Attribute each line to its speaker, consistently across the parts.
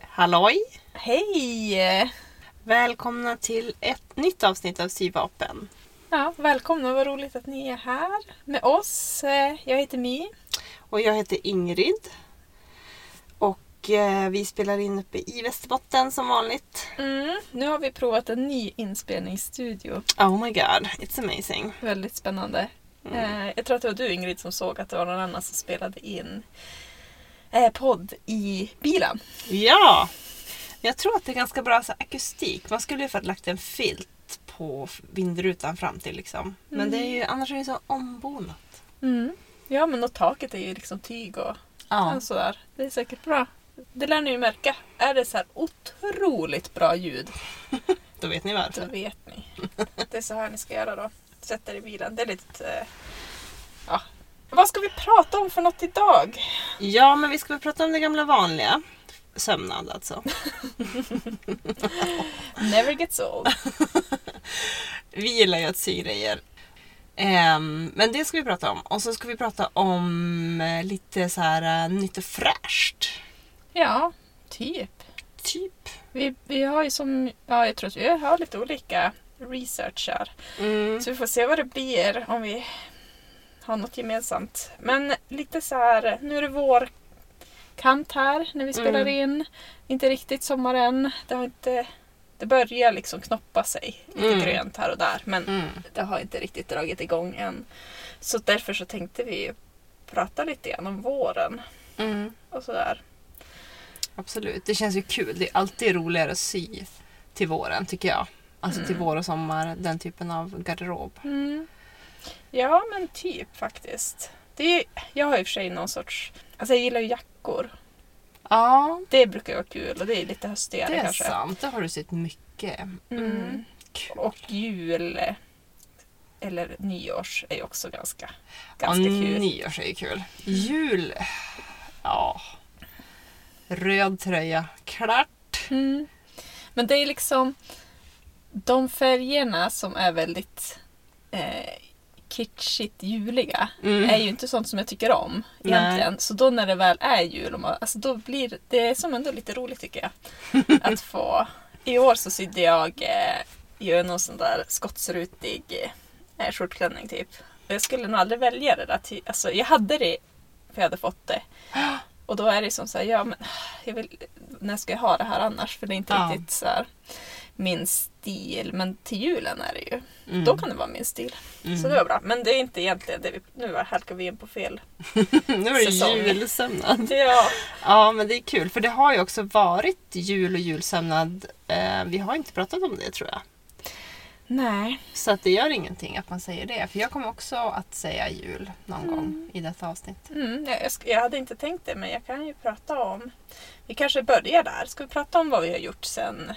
Speaker 1: Halloj!
Speaker 2: Hej!
Speaker 1: Välkomna till ett nytt avsnitt av Syvapen.
Speaker 2: Ja, välkomna, vad roligt att ni är här med oss. Eh, Jag heter My.
Speaker 1: Och jag heter Ingrid. Och eh, vi spelar in uppe i Västerbotten som vanligt.
Speaker 2: Mm, nu har vi provat en ny inspelningsstudio.
Speaker 1: Oh my god, it's amazing.
Speaker 2: Väldigt spännande. Eh, Jag tror att det var du Ingrid som såg att det var någon annan som spelade in eh, podd i bilen.
Speaker 1: Ja! Jag tror att det är ganska bra så här, akustik. Man skulle ju ha lagt en filt på f- vindrutan fram till liksom. Men det är ju, annars är det så ombonat.
Speaker 2: Mm. Ja, men och taket är ju liksom tyg och
Speaker 1: Ja.
Speaker 2: och sådär. Det är säkert bra. Det lär ni ju märka. Är det så här otroligt bra ljud
Speaker 1: Då vet ni
Speaker 2: Då
Speaker 1: varför.
Speaker 2: vet ni. Det är så här ni ska göra då. Sätt er i bilen. Det är lite... eh, Ja. Vad ska vi prata om för något idag?
Speaker 1: Ja, men vi ska väl prata om det gamla vanliga. Sömnad alltså.
Speaker 2: Never gets old.
Speaker 1: Vi gillar ju att sy grejer. Ehm, men det ska vi prata om. Och så ska vi prata om eh, lite så här eh, nytt och fräscht.
Speaker 2: Ja, typ.
Speaker 1: Typ.
Speaker 2: Vi, vi har ju som... Ja, jag tror att vi har lite olika researchar. Så vi får se vad det blir om vi har något gemensamt. Men lite så här, nu är det vår kant här när vi spelar
Speaker 1: Mm.
Speaker 2: in. Inte riktigt sommar än. Det har inte... Det börjar liksom knoppa sig lite
Speaker 1: Mm.
Speaker 2: grönt här och där. Men
Speaker 1: Mm.
Speaker 2: det har inte riktigt dragit igång än. Så därför så tänkte vi prata lite grann om våren
Speaker 1: Mm.
Speaker 2: och sådär.
Speaker 1: Absolut. Det känns ju kul. Det är alltid roligare att sy till våren tycker jag. Alltså till vår och sommar, den typen av garderob.
Speaker 2: Ja men typ faktiskt. Det är, jag har i och för sig någon sorts, alltså jag gillar ju jackor.
Speaker 1: Ja,
Speaker 2: Det brukar ju vara kul och det är lite höstigare
Speaker 1: det är
Speaker 2: kanske.
Speaker 1: sant. Det har du sett mycket.
Speaker 2: Mm.
Speaker 1: Kul.
Speaker 2: Och jul eh, eller nyårs är ju också ganska,
Speaker 1: Ja,
Speaker 2: ganska kul.
Speaker 1: nyårs är ju kul. Mm. Jul. Ja. Röd tröja. Klart.
Speaker 2: Mm. Men det är liksom de färgerna som är väldigt eh, kitschigt juliga
Speaker 1: Mm.
Speaker 2: är ju inte sånt som jag tycker om
Speaker 1: Nej.
Speaker 2: egentligen. Så då när det väl är jul, och man, alltså då blir det är som ändå lite roligt tycker jag. Att få. I år så sydde jag eh, ju någon sån där skottsrutig eh, skjortklänning typ. Och jag skulle nog aldrig välja det där. Ty- alltså jag hade det för jag hade fått det. Och då är det som så här, ja men jag vill, när ska jag ha det här annars? För det är inte
Speaker 1: Ja.
Speaker 2: riktigt så här min stil. Men till julen är det ju.
Speaker 1: Mm.
Speaker 2: Då kan det vara min stil. Så det var bra. Men det är inte egentligen det vi... Nu halkar vi in på fel.
Speaker 1: Nu är det
Speaker 2: säsong.
Speaker 1: julsömnad.
Speaker 2: Ja.
Speaker 1: Ja, men det är kul för det har ju också varit jul och julsömnad. Eh, vi har inte pratat om det tror jag.
Speaker 2: Nej.
Speaker 1: Så att det gör ingenting att man säger det. För jag kommer också att säga jul någon gång i detta avsnitt.
Speaker 2: Mm, jag, jag sk- jag hade inte tänkt det men jag kan ju prata om... Vi kanske börjar där. Ska vi prata om vad vi har gjort sen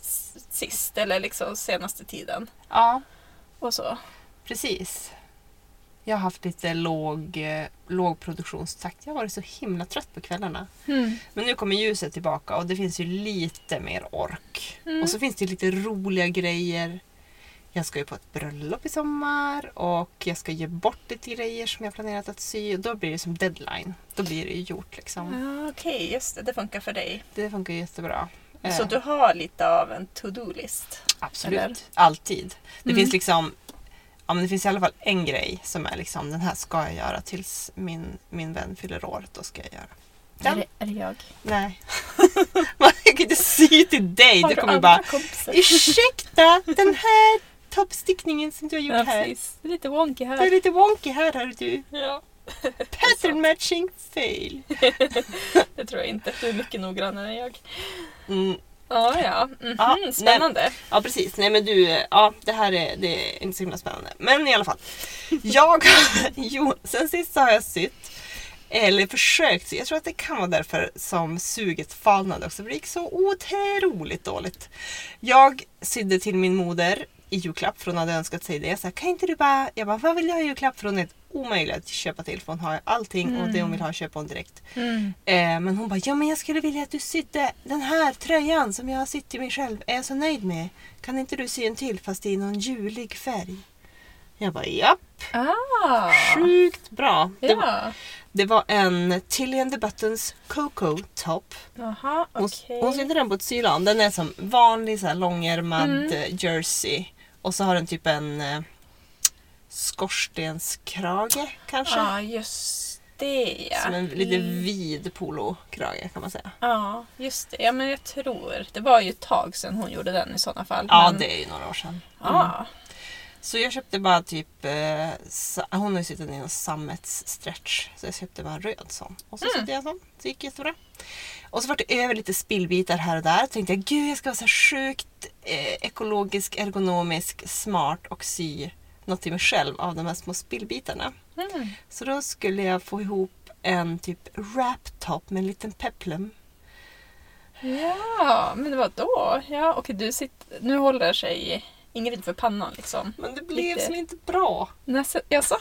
Speaker 2: s- sist eller liksom senaste tiden?
Speaker 1: Ja,
Speaker 2: Och så.
Speaker 1: precis. Jag har haft lite låg, eh, låg produktionstakt. Jag har varit så himla trött på kvällarna.
Speaker 2: Mm.
Speaker 1: Men nu kommer ljuset tillbaka och det finns ju lite mer ork.
Speaker 2: Mm.
Speaker 1: Och så finns det lite roliga grejer. Jag ska ju på ett bröllop i sommar och jag ska ge bort lite grejer som jag planerat att sy. Och då blir det som deadline. Då blir det ju gjort liksom.
Speaker 2: Ja, Okej, just det. Det funkar för dig.
Speaker 1: Det funkar ju jättebra.
Speaker 2: Så
Speaker 1: Eh,
Speaker 2: du har lite av en to-do-list?
Speaker 1: Absolut.
Speaker 2: eller?
Speaker 1: Alltid. Det
Speaker 2: Mm.
Speaker 1: finns liksom Ja, men det finns i alla fall en grej som är liksom den här ska jag göra tills min, min vän fyller året. Då ska jag göra. Den-
Speaker 2: Är, det, är det jag?
Speaker 1: Nej. Man kan ju inte sy till dig.
Speaker 2: Har
Speaker 1: Du
Speaker 2: du
Speaker 1: kommer
Speaker 2: andra
Speaker 1: bara
Speaker 2: kompisar?
Speaker 1: Ursäkta, den här toppstickningen som du har gjort
Speaker 2: Ja,
Speaker 1: här.
Speaker 2: precis. Det är lite wonky
Speaker 1: Det är
Speaker 2: här.
Speaker 1: lite wonky här hör du.
Speaker 2: Ja,
Speaker 1: Pattern matching fail.
Speaker 2: det tror jag inte. Du är mycket noggrannare än jag.
Speaker 1: Mm,
Speaker 2: Ja, ja. Mhm,
Speaker 1: Ja, nej.
Speaker 2: Spännande.
Speaker 1: ja precis, nej men du, ja det här är, det är inte så himla spännande. Men i alla fall. Jag jo, sen sist så har jag sytt. Eller försökt sy. Jag tror att det kan vara därför som suget falnade också. För det gick så otroligt dåligt. Jag sydde till min moder i julklapp för hon hade önskat sig det. Jag sa, kan inte du bara... Jag bara, vad vill jag ha i julklapp? För hon är omöjlig att köpa till för hon har allting och det hon vill ha köper hon direkt. Eh, men hon bara, ja men jag skulle vilja att du sydde den här tröjan som jag har sytt till mig själv. Är jag så nöjd med? Kan inte du sy en till fast i någon julig färg? Jag bara, japp.
Speaker 2: Ah.
Speaker 1: Sjukt bra. Det,
Speaker 2: Ja.
Speaker 1: Det var en Tillian the Buttons Coco Top.
Speaker 2: Jaha,
Speaker 1: Hon,
Speaker 2: okej.
Speaker 1: hon sydde den på ett sylan. Den är som vanlig så här, långärmad
Speaker 2: Mm.
Speaker 1: eh, jersey. Och så har den typ en eh, skorstenskrage kanske.
Speaker 2: Ja, just det Ah, ja.
Speaker 1: Som en lite
Speaker 2: Mm.
Speaker 1: vid polokrage kan man säga.
Speaker 2: Ja, just det. Ja, men jag tror. Det var ju ett tag sedan hon gjorde den i sådana fall.
Speaker 1: Ja,
Speaker 2: men...
Speaker 1: det är ju några år sedan.
Speaker 2: Ja.
Speaker 1: Så jag köpte bara typ, eh, sa- hon har ju suttit i någon sammetsstretch, så jag köpte bara en röd sån. Och så
Speaker 2: Mm.
Speaker 1: satte jag en sån, det gick jättebra. Och så vart det över lite spillbitar här och där. Tänkte jag, gud jag ska vara så här sjukt eh, ekologisk, ergonomisk, smart och sy någonting själv av de här små spillbitarna.
Speaker 2: Mm.
Speaker 1: Så då skulle jag få ihop en typ wrap-top med en liten peplum.
Speaker 2: ja, men vad då? Ja, okej, du sitter... Nu håller sig Ingrid för pannan liksom.
Speaker 1: Men det blev
Speaker 2: Lite.
Speaker 1: som inte bra.
Speaker 2: Nästa... Jaså?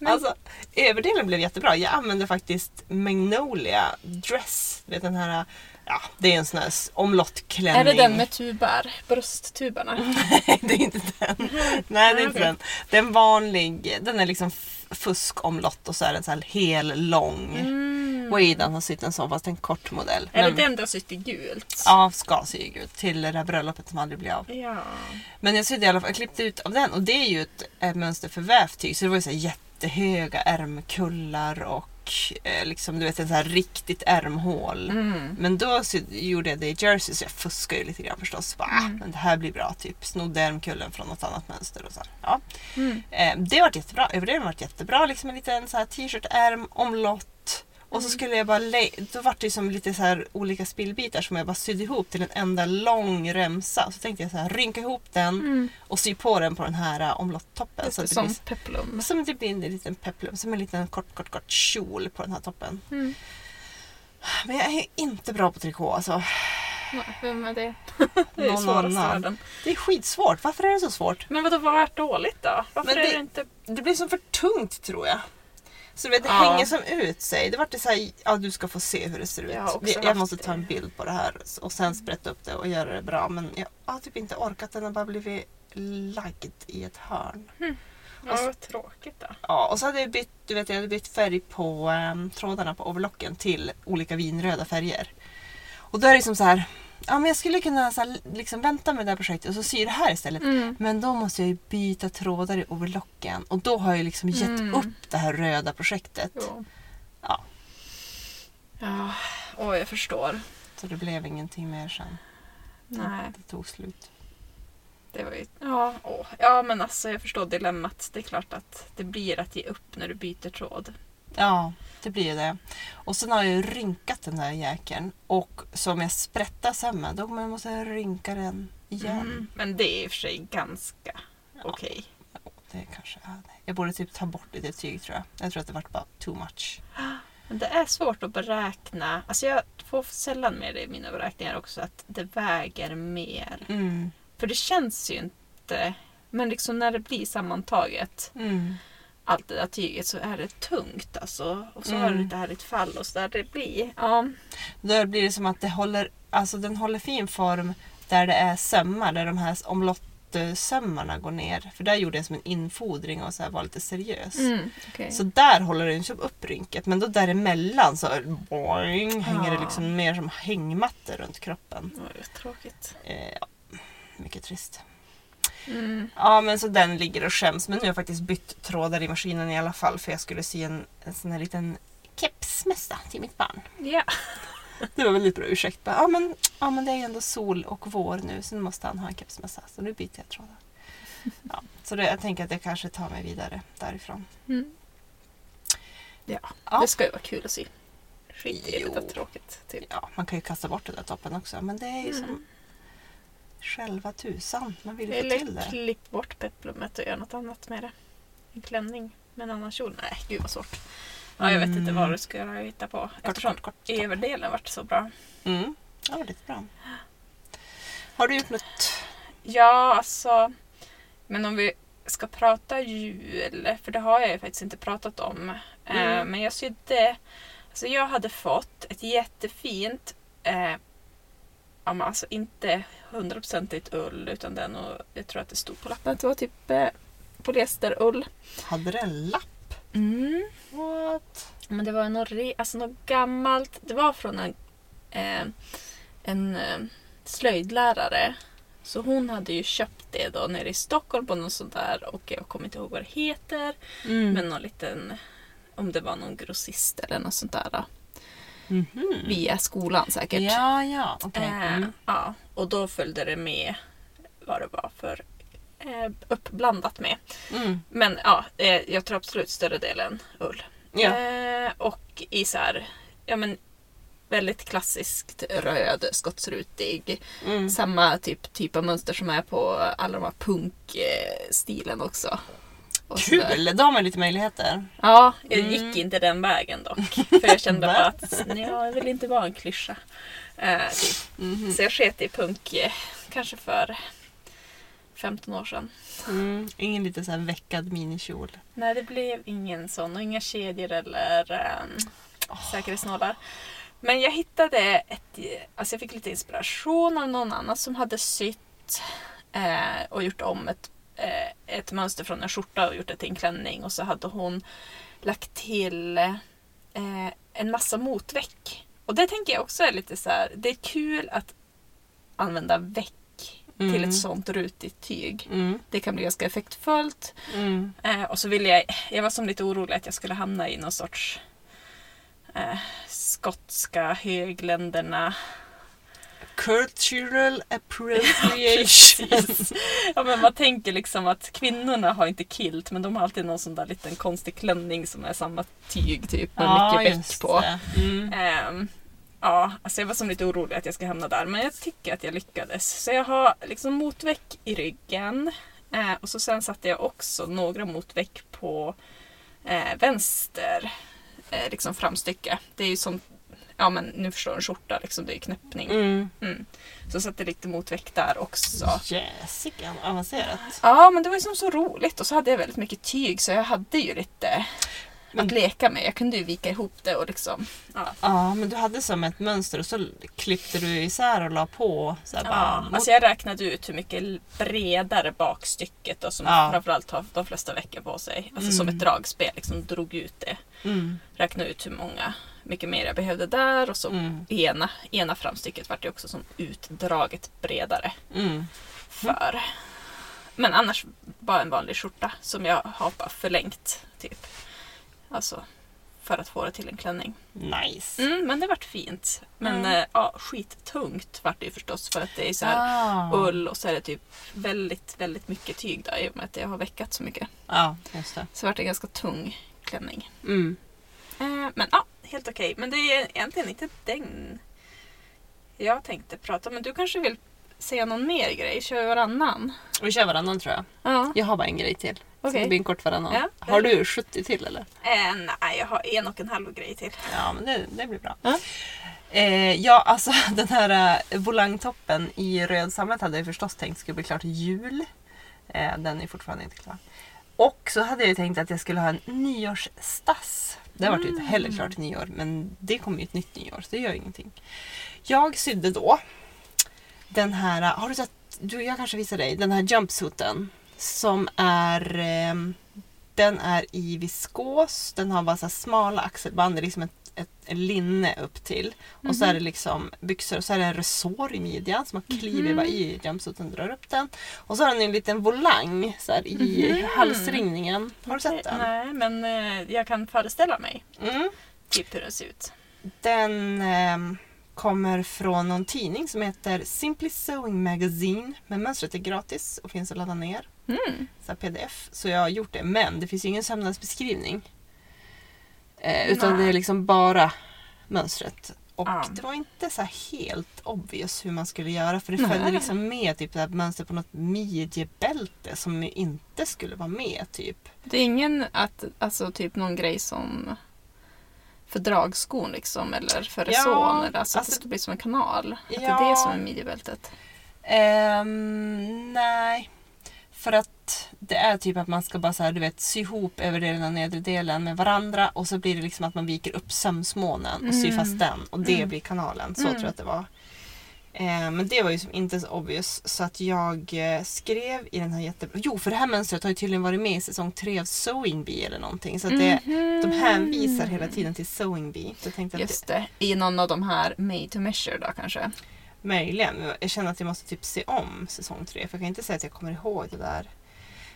Speaker 2: Men-
Speaker 1: Alltså, överdelen blev jättebra. Jag använde faktiskt Magnolia Dress. Du Vet, den här, ja, det är en sån här s- omlottklänning.
Speaker 2: Är det den med tubar? Brösttubarna?
Speaker 1: Nej, det är inte den. Nej, det är inte
Speaker 2: Mm, okej.
Speaker 1: den. Det är en vanlig, den är liksom f- fuskomlott och så är den så här hel lång.
Speaker 2: Mm.
Speaker 1: Wadan har sytt en sån fast en kort modell.
Speaker 2: Är det
Speaker 1: Men-
Speaker 2: den du har sytt i gult?
Speaker 1: Ja, ska sy gud, till det här bröllopet som aldrig blir av.
Speaker 2: Ja.
Speaker 1: Men jag sydde i alla fall, jag klippte ut av den och det är ju ett, eh, mönster för vävt tyg så det var ju så här jättehöga ärmkullar och eh, liksom du vet en så här riktigt ärmhål.
Speaker 2: Mm.
Speaker 1: Men då syd- gjorde jag det i jersey så jag fuskade ju lite grann förstås. Bara, ah,
Speaker 2: Mm.
Speaker 1: men det här blir bra typ. Snodde ärmkullen från något annat mönster och så här. Ja.
Speaker 2: Mm.
Speaker 1: Eh, det vart jättebra, överdelen vart jättebra. Liksom en liten så här t-shirt-ärm, omlott. Och så
Speaker 2: Mm.
Speaker 1: skulle jag bara, lä- då vart det ju som lite så här olika spillbitar som jag bara sydde ihop till en enda lång remsa. Så tänkte jag så här, rynka ihop den
Speaker 2: Mm.
Speaker 1: och sy på den på den här ä, omlottoppen.
Speaker 2: Just
Speaker 1: Så
Speaker 2: det,
Speaker 1: Alltså att det
Speaker 2: som
Speaker 1: blir,
Speaker 2: peplum.
Speaker 1: som det blir en liten peplum, som en liten kort, kort, kort kjol på den här toppen.
Speaker 2: Mm.
Speaker 1: Men jag är inte bra på trikå alltså.
Speaker 2: Nej, Vem är det? Det är ju
Speaker 1: Någon
Speaker 2: svårast i
Speaker 1: annan.
Speaker 2: världen.
Speaker 1: Det är skitsvårt. Varför är det så svårt?
Speaker 2: Men vadå, vad är dåligt då? Varför
Speaker 1: Men
Speaker 2: är
Speaker 1: det-
Speaker 2: det inte...
Speaker 1: Det blir som för tungt tror jag. Så du vet, det
Speaker 2: Ja.
Speaker 1: hänger som ut sig. Det vart det så här, ja du ska få se hur det ser ut.
Speaker 2: Jag har också
Speaker 1: Vi- jag
Speaker 2: haft
Speaker 1: måste ta
Speaker 2: det.
Speaker 1: en bild på det här och sen sprätta upp det och göra det bra. Men jag har typ inte orkat. Den har bara blivit lagd i ett hörn.
Speaker 2: Ja,
Speaker 1: Alltså-
Speaker 2: vad tråkigt då.
Speaker 1: Ja, och så hade jag bytt, du vet, jag hade bytt färg på ehm, trådarna på overlocken till olika vinröda färger. Och då är det som så här, ja men jag skulle kunna så här, liksom vänta med det här projektet och så sy det här istället.
Speaker 2: Mm.
Speaker 1: Men då måste jag ju byta trådar i overlocken och då har jag ju liksom gett
Speaker 2: Mm.
Speaker 1: upp det här röda projektet.
Speaker 2: Jo.
Speaker 1: Ja.
Speaker 2: Ja, åh jag förstår.
Speaker 1: Så det blev ingenting mer sen.
Speaker 2: Nej,
Speaker 1: Det tog slut.
Speaker 2: det var ju... Ja, åh. ja, men alltså jag förstår dilemmat. Det är klart att det blir att ge upp när du byter tråd.
Speaker 1: Ja, det blir ju det. Och sen har jag ju rynkat den där jäkeln och som jag sprättar sen med, då måste jag rynka den igen.
Speaker 2: Mm. Men det är i och för sig ganska okej.
Speaker 1: Det kanske är det. Jag borde typ ta bort lite tyg tror jag. Jag tror att det vart bara too much.
Speaker 2: Men det är svårt att beräkna. Alltså jag får sällan med det i mina beräkningar också att det väger mer.
Speaker 1: Mm.
Speaker 2: För det känns ju inte... Men liksom när det blir sammantaget
Speaker 1: Mm.
Speaker 2: allt det där tyget så är det tungt alltså. Och så
Speaker 1: Mm.
Speaker 2: har du det här i ett fall och så där det blir. Ja.
Speaker 1: Då blir det som att det håller, alltså den håller fin form där det är sömmar, där de här omlottsömmarna går ner. För där gjorde jag som en infodring och så här var lite seriös.
Speaker 2: Mm,
Speaker 1: Så där håller den som upp rynket men då däremellan så boing, hänger det
Speaker 2: Ja.
Speaker 1: liksom mer som hängmattor runt kroppen.
Speaker 2: Det var ju tråkigt.
Speaker 1: Eh, ja. Mycket trist.
Speaker 2: Mm.
Speaker 1: Ja men så den ligger och skäms. Men nu har jag faktiskt bytt trådar i maskinen i alla fall för jag skulle sy en, en sån här liten kepsmössa till mitt barn.
Speaker 2: Ja.
Speaker 1: Det var väldigt bra ursäkt. Bara, Ja men, ja men det är ju ändå sol och vår nu så nu måste han ha en kepsmössa. Så nu byter jag trådar. Ja, så det, jag tänker att jag kanske tar mig vidare därifrån. Ja.
Speaker 2: Mm. Det ska ju vara kul att se. Skitirrigt
Speaker 1: Jo.
Speaker 2: och tråkigt. Typ.
Speaker 1: Ja, man kan ju kasta bort den där toppen också men det är ju som själva tusan. Man vill ju få till
Speaker 2: Eller
Speaker 1: det.
Speaker 2: klipp bort peplummet och gör något annat med det. En klänning med en annan kjol. Nej, gud vad svårt. Ja, jag vet inte vad du ska hitta på. Eftersom
Speaker 1: kort, kort.
Speaker 2: överdelen vart så bra.
Speaker 1: Mm. Ja, väldigt bra. Har du gjort något?
Speaker 2: Ja, alltså. Men om vi ska prata jul, för det har jag ju faktiskt inte pratat om. Eh,
Speaker 1: Mm.
Speaker 2: men jag sydde, alltså jag hade fått ett jättefint, eh, ja, men alltså inte hundraprocentigt ull utan den och jag tror att det stod på lappen att det var typ eh, polyesterull.
Speaker 1: Hade det en lapp?
Speaker 2: Mm.
Speaker 1: What?
Speaker 2: Men det var något, re- alltså något gammalt. Det var från en, eh, en eh, slöjdlärare. Så hon hade ju köpt det då nere i Stockholm på någon sån där och jag kommer inte ihåg vad det heter.
Speaker 1: Mm.
Speaker 2: Men någon liten, om det var någon grossist eller något sånt där. då.
Speaker 1: Mhm.
Speaker 2: Via skolan säkert.
Speaker 1: Ja, ja. Okej.
Speaker 2: Eh,
Speaker 1: Mm.
Speaker 2: ja, och då följde det med vad det var för eh, uppblandat med.
Speaker 1: Mm.
Speaker 2: Men ja, eh, jag tror absolut större delen ull.
Speaker 1: Ja.
Speaker 2: Eh, och i så här, ja men väldigt klassiskt röd, skotsrutig.
Speaker 1: Mm.
Speaker 2: Samma typ, typ av mönster som är på alla de här punkstilen också. Och så där.
Speaker 1: Kul! Då har man lite möjligheter.
Speaker 2: Ja, jag
Speaker 1: Mm.
Speaker 2: gick inte den vägen dock. För jag kände
Speaker 1: Va?
Speaker 2: bara att nej, jag vill inte vara en klyscha. Eh, typ.
Speaker 1: Mhm.
Speaker 2: Så jag sket i punk eh, kanske för 15 år sedan.
Speaker 1: Mm. Ingen lite så här veckad minikjol.
Speaker 2: Nej, det blev ingen sån och inga kedjor eller um, säkerhetsnålar. Men jag hittade ett... Alltså jag fick lite inspiration av någon annan som hade sytt eh, och gjort om ett, eh, ett mönster från en skjorta och gjort det till en klänning. Och så hade hon lagt till eh, en massa motveck. Och det tänker jag också är lite så här, det är kul att använda veck till
Speaker 1: Mm.
Speaker 2: ett sånt rutigt tyg.
Speaker 1: Mm.
Speaker 2: Det kan bli ganska effektfullt.
Speaker 1: Mm.
Speaker 2: Eh, och så ville jag, jag var som lite orolig att jag skulle hamna i någon sorts eh, skotska högländerna.
Speaker 1: Cultural appropriation.
Speaker 2: ja, men man tänker liksom att kvinnorna har inte kilt men de har alltid någon sån där liten konstig klänning som är samma tyg typ med mycket bäck
Speaker 1: just
Speaker 2: på.
Speaker 1: det. Mm.
Speaker 2: Ehm, ja, alltså jag var som lite orolig att jag ska hamna där men jag tycker att jag lyckades. Så jag har liksom motväck i ryggen eh, och så sen satte jag också några motväck på eh, vänster eh, liksom framstycke. Det är ju som, ja men nu förstår du, en skjorta liksom, det är ju knäppning.
Speaker 1: Mm.
Speaker 2: Mm. Så satte lite motväck där också.
Speaker 1: Jäsiken, avancerat.
Speaker 2: Ja men det var ju som så roligt och så hade jag väldigt mycket tyg så jag hade ju lite
Speaker 1: Men-
Speaker 2: att leka med. Jag kunde ju vika ihop det och liksom ja.
Speaker 1: Ja, men du hade som ett mönster och så klippte du isär och la på. Så här, bara,
Speaker 2: Ja, alltså jag räknade ut hur mycket l- bredare bakstycket då, som
Speaker 1: Ja.
Speaker 2: framförallt har de flesta veckor på sig. Alltså som
Speaker 1: Mm.
Speaker 2: ett dragspel, liksom drog ut det.
Speaker 1: mm.
Speaker 2: Räknade ut hur många, mycket mer jag behövde där och så
Speaker 1: Mm.
Speaker 2: ena, ena framstycket vart ju också som utdraget bredare
Speaker 1: Mm.
Speaker 2: för. Men annars bara en vanlig skjorta som jag har bara förlängt typ. Alltså för att få det till en klänning.
Speaker 1: Nice.
Speaker 2: Mm, men det vart fint. Men
Speaker 1: Mm.
Speaker 2: eh, ja, skittungt vart det ju förstås för att det är så här
Speaker 1: Ah.
Speaker 2: ull och så är det typ väldigt, väldigt mycket tyg där i och med att jag har veckat så mycket.
Speaker 1: Ja, just det.
Speaker 2: Så vart det ganska tung klänning.
Speaker 1: Mm.
Speaker 2: Eh, men ja, helt okej. Men det är egentligen inte den jag tänkte prata om. Men du kanske vill säga någon mer grej? Kör vi varannan?
Speaker 1: Vi kör varannan tror jag.
Speaker 2: Ja.
Speaker 1: Jag har bara en grej till. Så
Speaker 2: Okej.
Speaker 1: det blir en kort varannan.
Speaker 2: Ja.
Speaker 1: Har du 70 till eller?
Speaker 2: Eh, nej, jag har en och en halv grej till.
Speaker 1: Ja, men det, det blir bra.
Speaker 2: Ja.
Speaker 1: Eh, ja, alltså den här eh, volangtoppen i röd sammet hade jag förstås tänkt skulle bli klar till jul. Eh, den är fortfarande inte klar. Och så hade jag ju tänkt att jag skulle ha en nyårsstass. Det var ju inte heller klart till nyår, men det kommer ju ett nytt nyår så det gör ju ingenting. Jag sydde då den här, har du sett, du, jag kanske visar dig, den här jumpsuiten som är ehm, den är i viskos, den har bara så här smala axelband, det är liksom ett, ett, ett linne upp till. Och så är det liksom byxor och så är det en resår i midjan som man kliver bara i jumpsuiten och drar upp den. Och så har den en liten volang så här, i
Speaker 2: Mhm.
Speaker 1: halsringningen. Har du sett den?
Speaker 2: Nej, men eh, jag kan föreställa mig
Speaker 1: Mm.
Speaker 2: typ hur den ser ut.
Speaker 1: Den ehm, kommer från någon tidning som heter Simply Sewing Magazine. Men mönstret är gratis och finns att ladda ner.
Speaker 2: Mm.
Speaker 1: så här pdf. Så jag har gjort det. Men det finns ju ingen sömnadsbeskrivning. Eh, utan
Speaker 2: Nej. Ah.
Speaker 1: det är liksom bara mönstret. Och
Speaker 2: Ja.
Speaker 1: det var inte så här helt obvious hur man skulle göra. För det
Speaker 2: Nej.
Speaker 1: följde liksom med typ det här mönster på något midjebälte som ju inte skulle vara med. typ.
Speaker 2: Det är ingen att, alltså typ någon grej som för dragskon liksom eller för
Speaker 1: Ja,
Speaker 2: resån eller alltså, att det
Speaker 1: alltså-
Speaker 2: ska bli som en kanal. Att det är
Speaker 1: Ja.
Speaker 2: det som är midjebältet.
Speaker 1: Ehm, nej. För att det är typ att man ska bara så här, du vet, sy ihop överdelen och nedre delen med varandra och så blir det liksom att man viker upp sömsmånen och syr
Speaker 2: Mm.
Speaker 1: fast den och det
Speaker 2: Mm.
Speaker 1: blir kanalen. Så
Speaker 2: Mm.
Speaker 1: tror jag att det var. Eh, men det var ju som inte så obvious så att jag eh, skrev i den här jättebra... Jo, för det här mönstret har ju tydligen varit med i säsong 3 av Sewing Bee eller någonting. Så att det,
Speaker 2: Mm.
Speaker 1: de hänvisar hela tiden till Sewing Bee. Så jag tänkte att det,
Speaker 2: Mhm. Just det, i någon av de här made to measure då kanske.
Speaker 1: möjligen, men jag känner att jag måste typ se om säsong 3 för jag kan inte säga att jag kommer ihåg det där.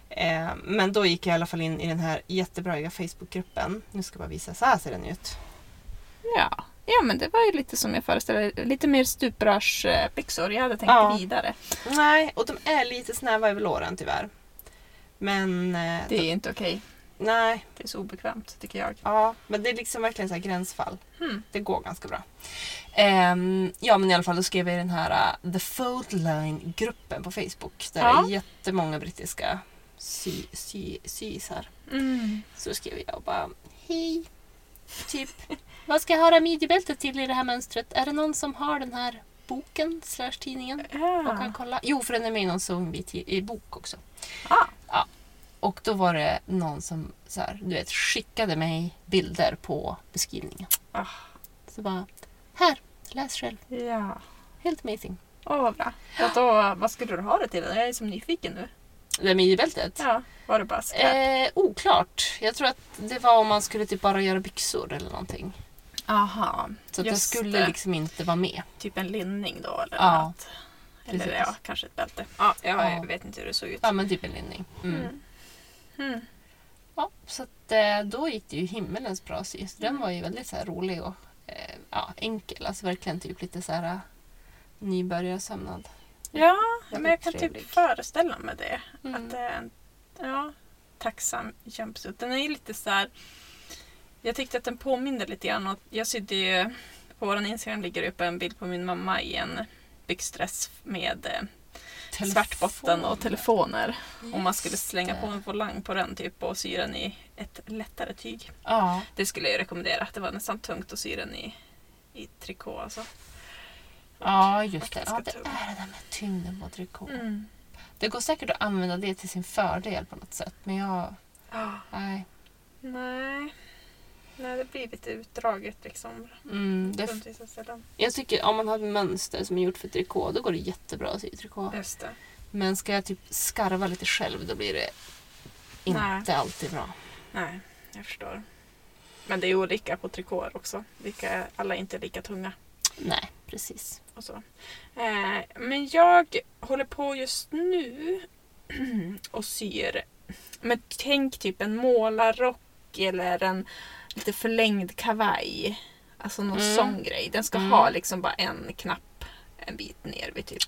Speaker 1: Eh, men då gick jag i alla fall in i den här jättebraiga Facebookgruppen. Nu ska jag bara visa, så här ser den ut.
Speaker 2: Ja. ja, men det var ju lite som jag föreställde Lite mer stuprörsbyxor. Jag hade tänkt
Speaker 1: Ja.
Speaker 2: vidare.
Speaker 1: Nej, och de är lite snäva över låren tyvärr. Men eh,
Speaker 2: Det är inte okej.
Speaker 1: nej,
Speaker 2: Det är så obekvämt tycker jag.
Speaker 1: Ja, men det är liksom verkligen så här gränsfall.
Speaker 2: Hmm.
Speaker 1: Det går ganska bra. Ehm, ja, men i alla fall då skrev jag i den här uh, The Fold Line-gruppen på Facebook. Där
Speaker 2: Ja.
Speaker 1: det är jättemånga brittiska sy, sy, sysar.
Speaker 2: Mm.
Speaker 1: Så skrev jag och bara hej. Typ, vad ska jag ha det här midjebältet till i det här mönstret? Är det någon som har den här boken slash tidningen? Och kan
Speaker 2: Ja.
Speaker 1: kolla. Jo, för den är med i någon sång vi ti- i bok också.
Speaker 2: Ah.
Speaker 1: Ja. Och då var det någon som så här, du vet, skickade mig bilder på beskrivningen.
Speaker 2: Ah.
Speaker 1: Så bara, här, läs själv.
Speaker 2: ja.
Speaker 1: Helt amazing.
Speaker 2: Åh, vad bra. Och då, vad skulle du ha det till? Jag är som nyfiken nu.
Speaker 1: Det med midjebältet?
Speaker 2: Ja, var det bara skräp?
Speaker 1: Eh, oklart. Jag tror att det var om man skulle typ bara göra byxor eller någonting.
Speaker 2: Aha.
Speaker 1: Så att det
Speaker 2: Just
Speaker 1: skulle
Speaker 2: det.
Speaker 1: liksom inte vara med.
Speaker 2: Typ en linning då eller
Speaker 1: Ja,
Speaker 2: något.
Speaker 1: precis.
Speaker 2: Eller ja, kanske ett bälte. Ja, jag
Speaker 1: Ja.
Speaker 2: vet inte hur det såg ut.
Speaker 1: Ja, men typ en linning. Mm.
Speaker 2: Mm. Mm.
Speaker 1: Ja, så att, eh, då gick det ju himmelens bra sy. Så
Speaker 2: Mm.
Speaker 1: den var ju väldigt så här, rolig och eh, ja, enkel. Alltså verkligen typ lite så här eh, nybörjarsömnad.
Speaker 2: Ja,
Speaker 1: Ja,
Speaker 2: men jag kan
Speaker 1: trevlig.
Speaker 2: typ föreställa mig det.
Speaker 1: Mm.
Speaker 2: Att eh, det är en ja, tacksam jumpsuit. Den är ju lite så här... Jag tyckte att den påminde lite grann. Och jag sydde ju... På vår Instagram ligger det uppe en bild på min mamma i en byxdress med eh, svart botten och telefoner. Om man skulle slänga på en volang på den typ och sy den i ett lättare tyg.
Speaker 1: Ja,
Speaker 2: Det skulle jag ju rekommendera. Det var nästan tungt att sy den i, i trikå alltså.
Speaker 1: ja just det. Ja,
Speaker 2: Ganska
Speaker 1: det är
Speaker 2: tung.
Speaker 1: det där med tyngden på trikå.
Speaker 2: Mm.
Speaker 1: Det går säkert att använda det till sin fördel på något sätt. Men jag...
Speaker 2: Ah,
Speaker 1: Nej.
Speaker 2: nej. Nej, det blir lite utdraget liksom.
Speaker 1: Mm, det,
Speaker 2: Runt vissa ställen.
Speaker 1: jag tycker om man har ett mönster som är gjort för trikå, då går det jättebra att sy i trikå.
Speaker 2: Just det.
Speaker 1: Men ska jag typ skarva lite själv, då blir det inte alltid bra.
Speaker 2: Nej, jag förstår. Men det är olika på trikåer också. Vilka, alla är inte lika tunga.
Speaker 1: Nej, precis.
Speaker 2: Och så. Eh, men jag håller på just nu och syr. Men tänk typ en målarrock eller en lite förlängd kavaj. Alltså någon
Speaker 1: Mm.
Speaker 2: sån grej. Den ska
Speaker 1: Mm.
Speaker 2: ha liksom bara en knapp en bit ner vid typ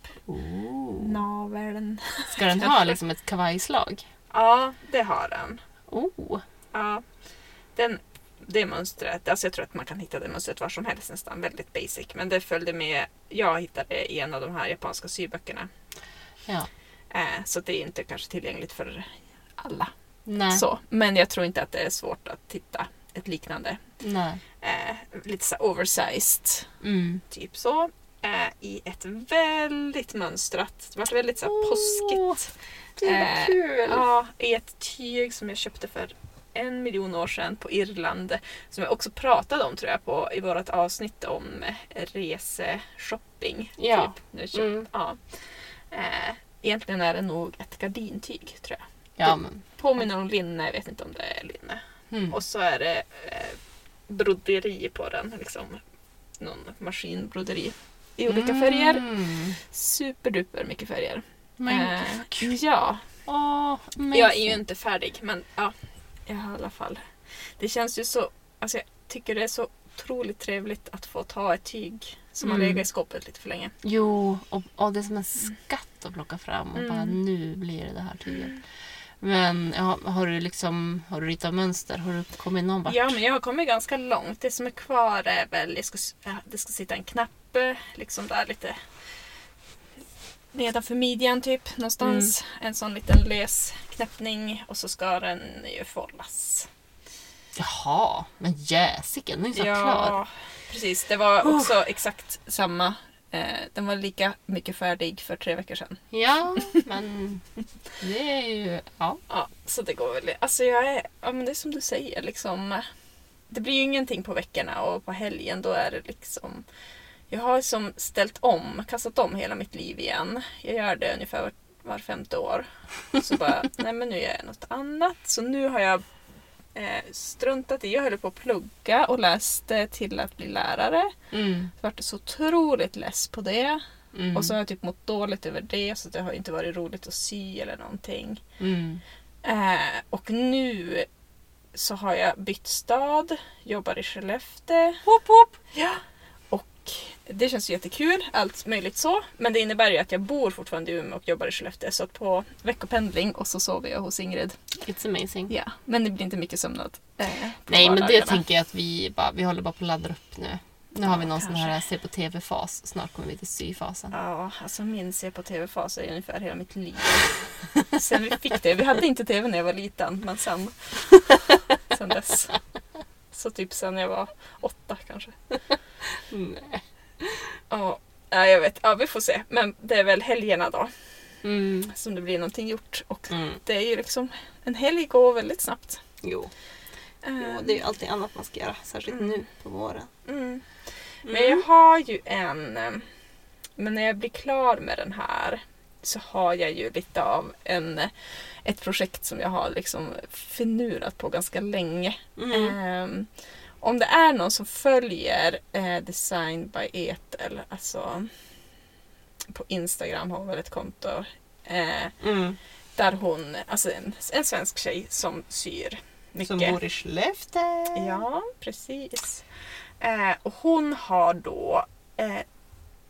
Speaker 2: naveln.
Speaker 1: Ska den ha liksom ett kavajslag?
Speaker 2: Ja, det har den.
Speaker 1: Oh,
Speaker 2: Ja. den det mönstret, alltså jag tror att man kan hitta det mönstret var som helst nästan, väldigt basic. Men det följde med, jag hittade det i en av de här japanska syböckerna.
Speaker 1: ja.
Speaker 2: Eh, så det är inte kanske tillgängligt för alla.
Speaker 1: Nej.
Speaker 2: Så, men jag tror inte att det är svårt att hitta ett liknande.
Speaker 1: Nej.
Speaker 2: Eh, lite så här oversized,
Speaker 1: Mm.
Speaker 2: typ så. Eh, I ett väldigt mönstrat, det var väldigt så här
Speaker 1: Åh,
Speaker 2: påskigt.
Speaker 1: Gud vad
Speaker 2: Eh,
Speaker 1: kul!
Speaker 2: Ja, i ett tyg som jag köpte för en miljon år sedan på Irland. Som jag också pratade om tror jag på, i vårt avsnitt om eh, reseshopping.
Speaker 1: Ja.
Speaker 2: Typ. Nu köpt,
Speaker 1: Mm.
Speaker 2: ja. Eh, egentligen är det nog ett gardintyg tror jag.
Speaker 1: Ja, men.
Speaker 2: Påminner om linne, jag vet inte om det är linne.
Speaker 1: Mm.
Speaker 2: Och så är det eh, broderi på den. Liksom, någon maskinbroderi. I olika färger.
Speaker 1: Mm.
Speaker 2: Superduper mycket färger.
Speaker 1: Men
Speaker 2: Eh,
Speaker 1: vad kul.
Speaker 2: ja,
Speaker 1: Åh,
Speaker 2: jag är ju inte färdig, men ja. Jag har i alla fall. Det känns ju så... Alltså jag tycker det är så otroligt trevligt att få ta ett tyg som har
Speaker 1: Mm.
Speaker 2: legat i skåpet lite för länge.
Speaker 1: Jo, och, och det är som en skatt att plocka fram och bara
Speaker 2: Mm.
Speaker 1: nu blir det det här tyget. Men ja, har du liksom, har du ritat mönster? Har du kommit någon vart?
Speaker 2: Ja, men jag har kommit ganska långt. Det som är kvar är väl... Jag ska, s- ja, det ska sitta en knapp eh, liksom där lite nedanför midjan typ någonstans. En sån liten lös knäppning och så ska den ju foldas.
Speaker 1: Jaha, men jäsiken, den är ju så klar.
Speaker 2: precis. Det var också exakt samma. Eh, den var lika mycket färdig för tre veckor sedan.
Speaker 1: Ja, men det är ju, ja.
Speaker 2: Ja, så det går väl. Alltså jag är, ja men det är som du säger liksom. eh, Det blir ju ingenting på veckorna och på helgen då är det liksom Jag har som ställt om, kastat om hela mitt liv igen. Jag gör det ungefär var, var femte år. Så bara, nej men nu gör jag något annat. Så nu har jag eh, struntat i, jag höll på att plugga och läste till att bli lärare.
Speaker 1: Mm.
Speaker 2: Jag vart så otroligt less på det.
Speaker 1: Mm.
Speaker 2: Och så har jag typ mått dåligt över det så det har inte varit roligt att sy eller någonting.
Speaker 1: Mm.
Speaker 2: Eh, och nu så har jag bytt stad, jobbar i Skellefteå.
Speaker 1: Hopp, hopp.
Speaker 2: Ja. Och det känns ju jättekul, allt möjligt så. Men det innebär ju att jag bor fortfarande i Umeå och jobbar i Skellefteå. Så att på veckopendling och så sover jag hos Ingrid.
Speaker 1: It's amazing.
Speaker 2: Ja. Men det blir inte mycket sömnad. Eh, på
Speaker 1: Nej, men det
Speaker 2: vardagarna.
Speaker 1: tänker jag att vi bara, vi håller bara på att ladda upp nu. Nu har vi någon sån här
Speaker 2: kanske.
Speaker 1: se på tv-fas. Snart kommer vi till syfasen.
Speaker 2: Ja, alltså min se på tv-fas är ungefär hela mitt liv. Sen vi fick det. Vi hade inte tv när jag var liten, men sen, sen dess. Så typ sen jag var åtta kanske.
Speaker 1: Nej.
Speaker 2: Ja, ja, jag vet. Ja, vi får se. Men det är väl helgerna då
Speaker 1: Mm.
Speaker 2: som det blir någonting gjort. Och
Speaker 1: Mm.
Speaker 2: det är ju liksom, en helg går väldigt snabbt.
Speaker 1: Jo. jo,
Speaker 2: Ehm,
Speaker 1: det är ju alltid annat man ska göra. Särskilt
Speaker 2: Mm.
Speaker 1: nu på våren.
Speaker 2: mm. Men jag har ju en... eh, Men när jag blir klar med den här så har jag ju lite av en, eh, ett projekt som jag har liksom finurat på ganska länge.
Speaker 1: Mm.
Speaker 2: Ehm, om det är någon som följer eh, Design by Etel, alltså på Instagram har hon väl ett konto. Eh,
Speaker 1: Mm.
Speaker 2: där hon, alltså en, en svensk tjej som syr mycket.
Speaker 1: Mm. Som bor i Skellefteå.
Speaker 2: Ja, precis. Eh, och hon har då eh,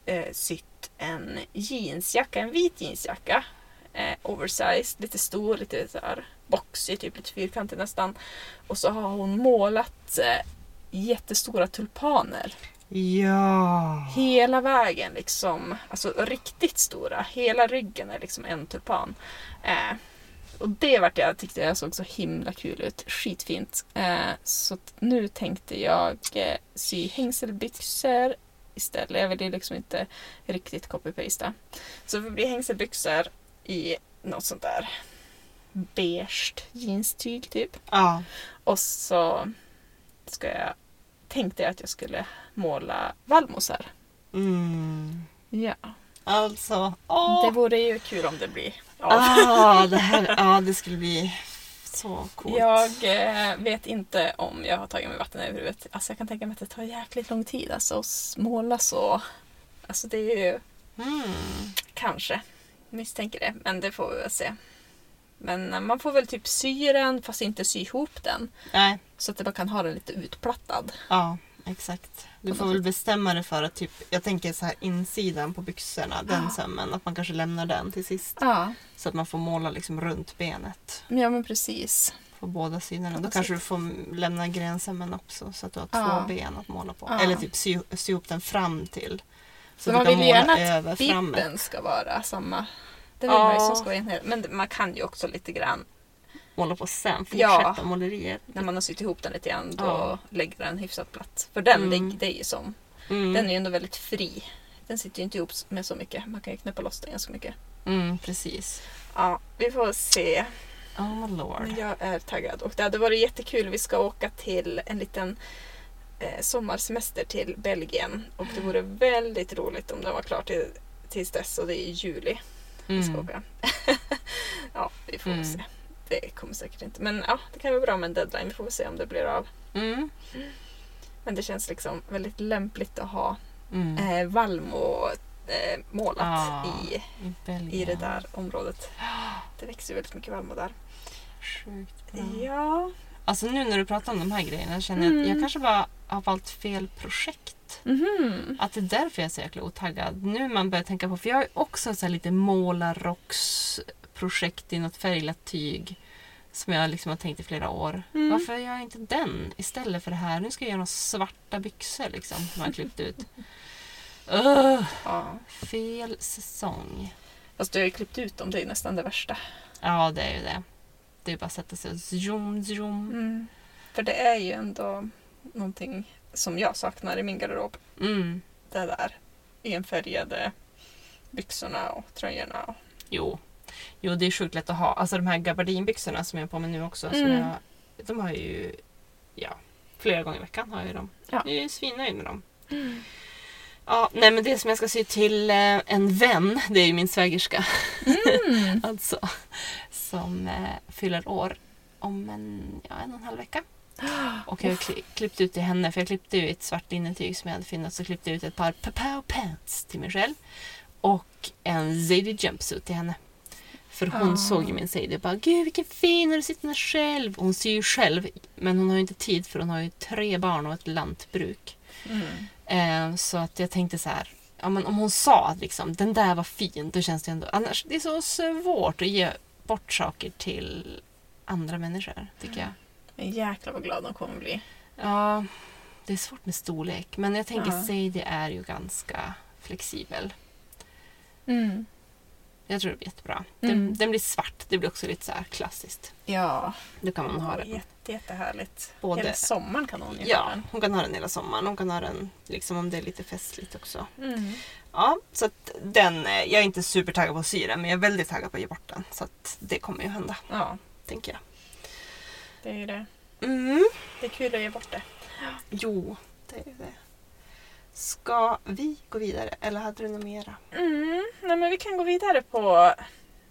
Speaker 2: eh, sytt en jeansjacka, en vit jeansjacka. Eh, oversized, lite stor, lite så här boxig, typ lite fyrkantig nästan. Och så har hon målat eh, jättestora tulpaner.
Speaker 1: Ja.
Speaker 2: Hela vägen liksom, alltså riktigt stora. Hela ryggen är liksom en tulpan. Eh, och det vart jag tyckte jag såg så himla kul ut. Skitfint. Eh, så att nu tänkte jag eh, sy hängselbyxor istället. Jag ville ju liksom inte riktigt copy-pasta. Så det blir hängselbyxor i något sånt där beige jeanstyg typ.
Speaker 1: Ja.
Speaker 2: Och så ska jag, tänkte jag att jag skulle måla vallmosar.
Speaker 1: Mm.
Speaker 2: Ja.
Speaker 1: Alltså, åh!
Speaker 2: Det vore ju kul om det blir av.
Speaker 1: Ah, det här, ja, det skulle bli så coolt.
Speaker 2: Jag eh, vet inte om jag har tagit mig vatten över huvudet. Alltså jag kan tänka mig att det tar jäkligt lång tid alltså, att måla så. Alltså det är ju
Speaker 1: Mm.
Speaker 2: kanske, misstänker det, men det får vi väl se. Men eh, man får väl typ sy den fast inte sy ihop den.
Speaker 1: Nej,
Speaker 2: Så att man kan ha den lite utplattad.
Speaker 1: ja, exakt. Du
Speaker 2: På
Speaker 1: får
Speaker 2: något
Speaker 1: väl bestämma dig för att typ, jag tänker så här insidan på byxorna, den
Speaker 2: Ja.
Speaker 1: sömmen, att man kanske lämnar den till sist.
Speaker 2: Ja,
Speaker 1: Så att man får måla liksom runt benet
Speaker 2: ja men precis.
Speaker 1: på båda sidorna. Då
Speaker 2: Precis.
Speaker 1: kanske du får lämna grensömmen också så att du har två
Speaker 2: Ja.
Speaker 1: ben att måla på.
Speaker 2: Ja.
Speaker 1: Eller typ sy, sy ihop den fram till. Så
Speaker 2: Ah. Men
Speaker 1: att
Speaker 2: man
Speaker 1: du kan
Speaker 2: vill ju
Speaker 1: måla
Speaker 2: gärna
Speaker 1: över framåt.
Speaker 2: Bippen ska vara samma. Det vill
Speaker 1: Ja.
Speaker 2: man ju som ska vara enhet. Men man kan ju också lite grann
Speaker 1: Måla på sen,
Speaker 2: Ja.
Speaker 1: fortsätta måleriet.
Speaker 2: när man har sytt ihop den lite grann då
Speaker 1: Ja.
Speaker 2: lägger den hyfsat platt. För den,
Speaker 1: Mm.
Speaker 2: ligger- det är ju som,
Speaker 1: Mm.
Speaker 2: den är ju ändå väldigt fri. Den sitter ju inte ihop med så mycket. Man kan ju knäppa loss den ganska mycket.
Speaker 1: mm, precis.
Speaker 2: Ja, vi får se.
Speaker 1: Oh my lord.
Speaker 2: Men jag är taggad och det hade varit jättekul. Vi ska åka till en liten eh, sommarsemester till Belgien och det vore väldigt roligt om den var klar till, tills dess och det är i juli vi ska
Speaker 1: Mm.
Speaker 2: åka. ja, vi får
Speaker 1: Mm.
Speaker 2: se. Det kommer säkert inte. Men ja, det kan vara bra med en deadline. Vi får se om det blir av.
Speaker 1: Mm.
Speaker 2: Men det känns liksom väldigt lämpligt att ha
Speaker 1: Mm.
Speaker 2: eh, Valmo eh, målat
Speaker 1: Ah,
Speaker 2: i,
Speaker 1: I Belgien.
Speaker 2: i det där området. Det växer ju väldigt mycket Valmo där.
Speaker 1: Sjukt bra.
Speaker 2: Ja.
Speaker 1: Alltså nu när du pratar om de här grejerna känner jag att
Speaker 2: Mm.
Speaker 1: jag kanske bara har valt fel projekt.
Speaker 2: Mhm.
Speaker 1: Att det är därför jag är så jäkla otaggad. Nu man börjar tänka på, för jag har ju också så här lite målarrocksprojekt i något färglat tyg. Som jag liksom har tänkt i flera år.
Speaker 2: Mm.
Speaker 1: Varför gör jag inte den istället för det här? Nu ska jag göra några svarta byxor liksom. Som jag har klippt ut. Ugh,
Speaker 2: ja.
Speaker 1: fel säsong.
Speaker 2: Fast du har ju klippt ut dem, det är ju nästan det värsta.
Speaker 1: Ja, det är ju det. Det är bara att sätta sig och zoom, zoom.
Speaker 2: Mm. För det är ju ändå någonting som jag saknar i min garderob.
Speaker 1: Mm.
Speaker 2: Det där enfärgade byxorna och tröjorna. Och...
Speaker 1: Jo. jo, det är sjukt lätt att ha. Alltså de här gabardinbyxorna som jag har på mig nu också. Som
Speaker 2: Mm.
Speaker 1: jag, de har jag ju ja, flera gånger i veckan. har Jag ju dem.
Speaker 2: Ja. Mm.
Speaker 1: Jag är ju svinnöjd med dem. Ja, nej men det som jag ska sy till eh, en vän, det är ju min svägerska. alltså, som eh, fyller år om en, ja, en och en halv vecka. Och jag har kli- klippt ut till henne, för jag klippte ju ett svart linnetyg som jag hade finnat, så klippte jag ut ett par Papao pants till mig själv. Och en Zadie jumpsuit till henne. För hon
Speaker 2: Ah.
Speaker 1: såg ju min Zadie och bara Gud vilken fin när du sitter där själv. Och Hon syr ju själv, men hon har ju inte tid för hon har ju tre barn och ett lantbruk.
Speaker 2: Mm.
Speaker 1: Eh, så att jag tänkte så här, ja, men om hon sa att liksom, den där var fin, då känns det ändå... Annars, det är så svårt att ge bort saker till andra människor, tycker jag.
Speaker 2: Men jäklar vad glad de kommer bli.
Speaker 1: Ja, det är svårt med storlek, men jag tänker
Speaker 2: Ja.
Speaker 1: Sadie är ju ganska flexibel.
Speaker 2: Mm.
Speaker 1: Jag tror det blir jättebra. Den,
Speaker 2: Mm.
Speaker 1: den blir svart, det blir också lite så här klassiskt.
Speaker 2: Ja,
Speaker 1: Då kan man ha den.
Speaker 2: Jätte, jättehärligt.
Speaker 1: Både-
Speaker 2: Hela sommaren kan hon ju ha
Speaker 1: Ja,
Speaker 2: den.
Speaker 1: hon kan ha den hela sommaren. Hon kan ha den liksom om det är lite festligt också.
Speaker 2: Mm.
Speaker 1: Ja, så att den, eh, jag är inte supertaggad på att sy den, men jag är väldigt taggad på att ge bort den. Så att det kommer ju hända,
Speaker 2: Ja,
Speaker 1: tänker jag.
Speaker 2: det är ju det.
Speaker 1: Mm.
Speaker 2: Det är kul att ge bort det.
Speaker 1: Jo, det är det. Ska vi gå vidare eller hade du något mera?
Speaker 2: Mm. Nej, men vi kan gå vidare på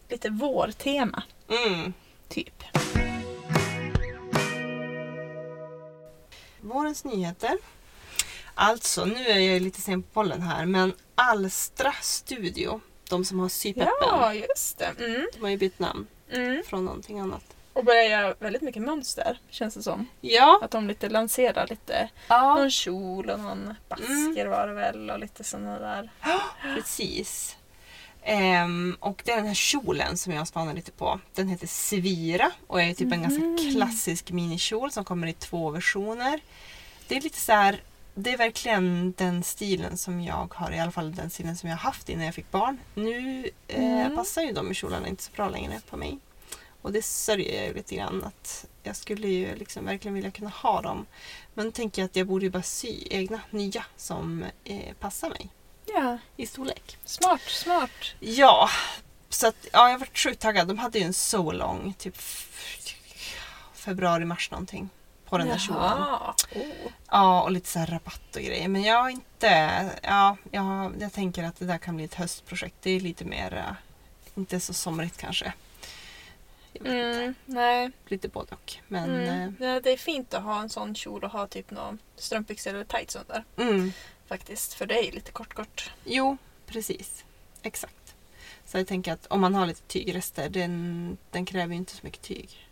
Speaker 2: lite vårtema.
Speaker 1: Mm.
Speaker 2: Typ.
Speaker 1: Vårens nyheter. Alltså, nu är jag ju lite sen på bollen här, men Alstra Studio, de som har sypeppen,
Speaker 2: Ja, just det. Mm.
Speaker 1: de har ju bytt namn
Speaker 2: Mm.
Speaker 1: från någonting annat.
Speaker 2: Och börjar göra väldigt mycket mönster, känns det som.
Speaker 1: Ja,
Speaker 2: Att de lite lanserar lite.
Speaker 1: ja.
Speaker 2: Någon kjol och någon basker var det väl och lite sådana där.
Speaker 1: precis. Ehm, och det är den här kjolen som jag spanar lite på. Den heter Svira och är typ en ganska
Speaker 2: Mhm.
Speaker 1: klassisk minikjol som kommer i två versioner. Det är lite så här, det är verkligen den stilen som jag har, i alla fall den stilen som jag har haft innan jag fick barn. Nu eh,
Speaker 2: Mm.
Speaker 1: passar ju de kjolarna inte så bra längre på mig. Och det sörjer jag ju lite grann att jag skulle ju liksom verkligen vilja kunna ha dem. Men tänker jag att jag borde ju bara sy egna nya som eh, passar mig
Speaker 2: Ja,
Speaker 1: i storlek.
Speaker 2: smart, smart.
Speaker 1: Ja, så att, ja, jag var sjukt taggad. De hade ju en so long, typ f- februari-mars någonting på den där kjolen.
Speaker 2: Jaha. Oh.
Speaker 1: Ja, och lite så här rabatt och grejer. Men jag har inte, ja, jag, jag tänker att det där kan bli ett höstprojekt. Det är lite mer, eh, inte så somrigt kanske. Jag vet inte.
Speaker 2: Mm, nej.
Speaker 1: Lite både och. Men,
Speaker 2: Mm. Ja, det är fint att ha en sån kjol och ha typ någon strumpbyxor eller tights under.
Speaker 1: eh, mm,
Speaker 2: Faktiskt, för det är ju lite kort kort.
Speaker 1: jo, precis. Exakt. Så jag tänker att om man har lite tygrester, den, den kräver ju inte så mycket tyg.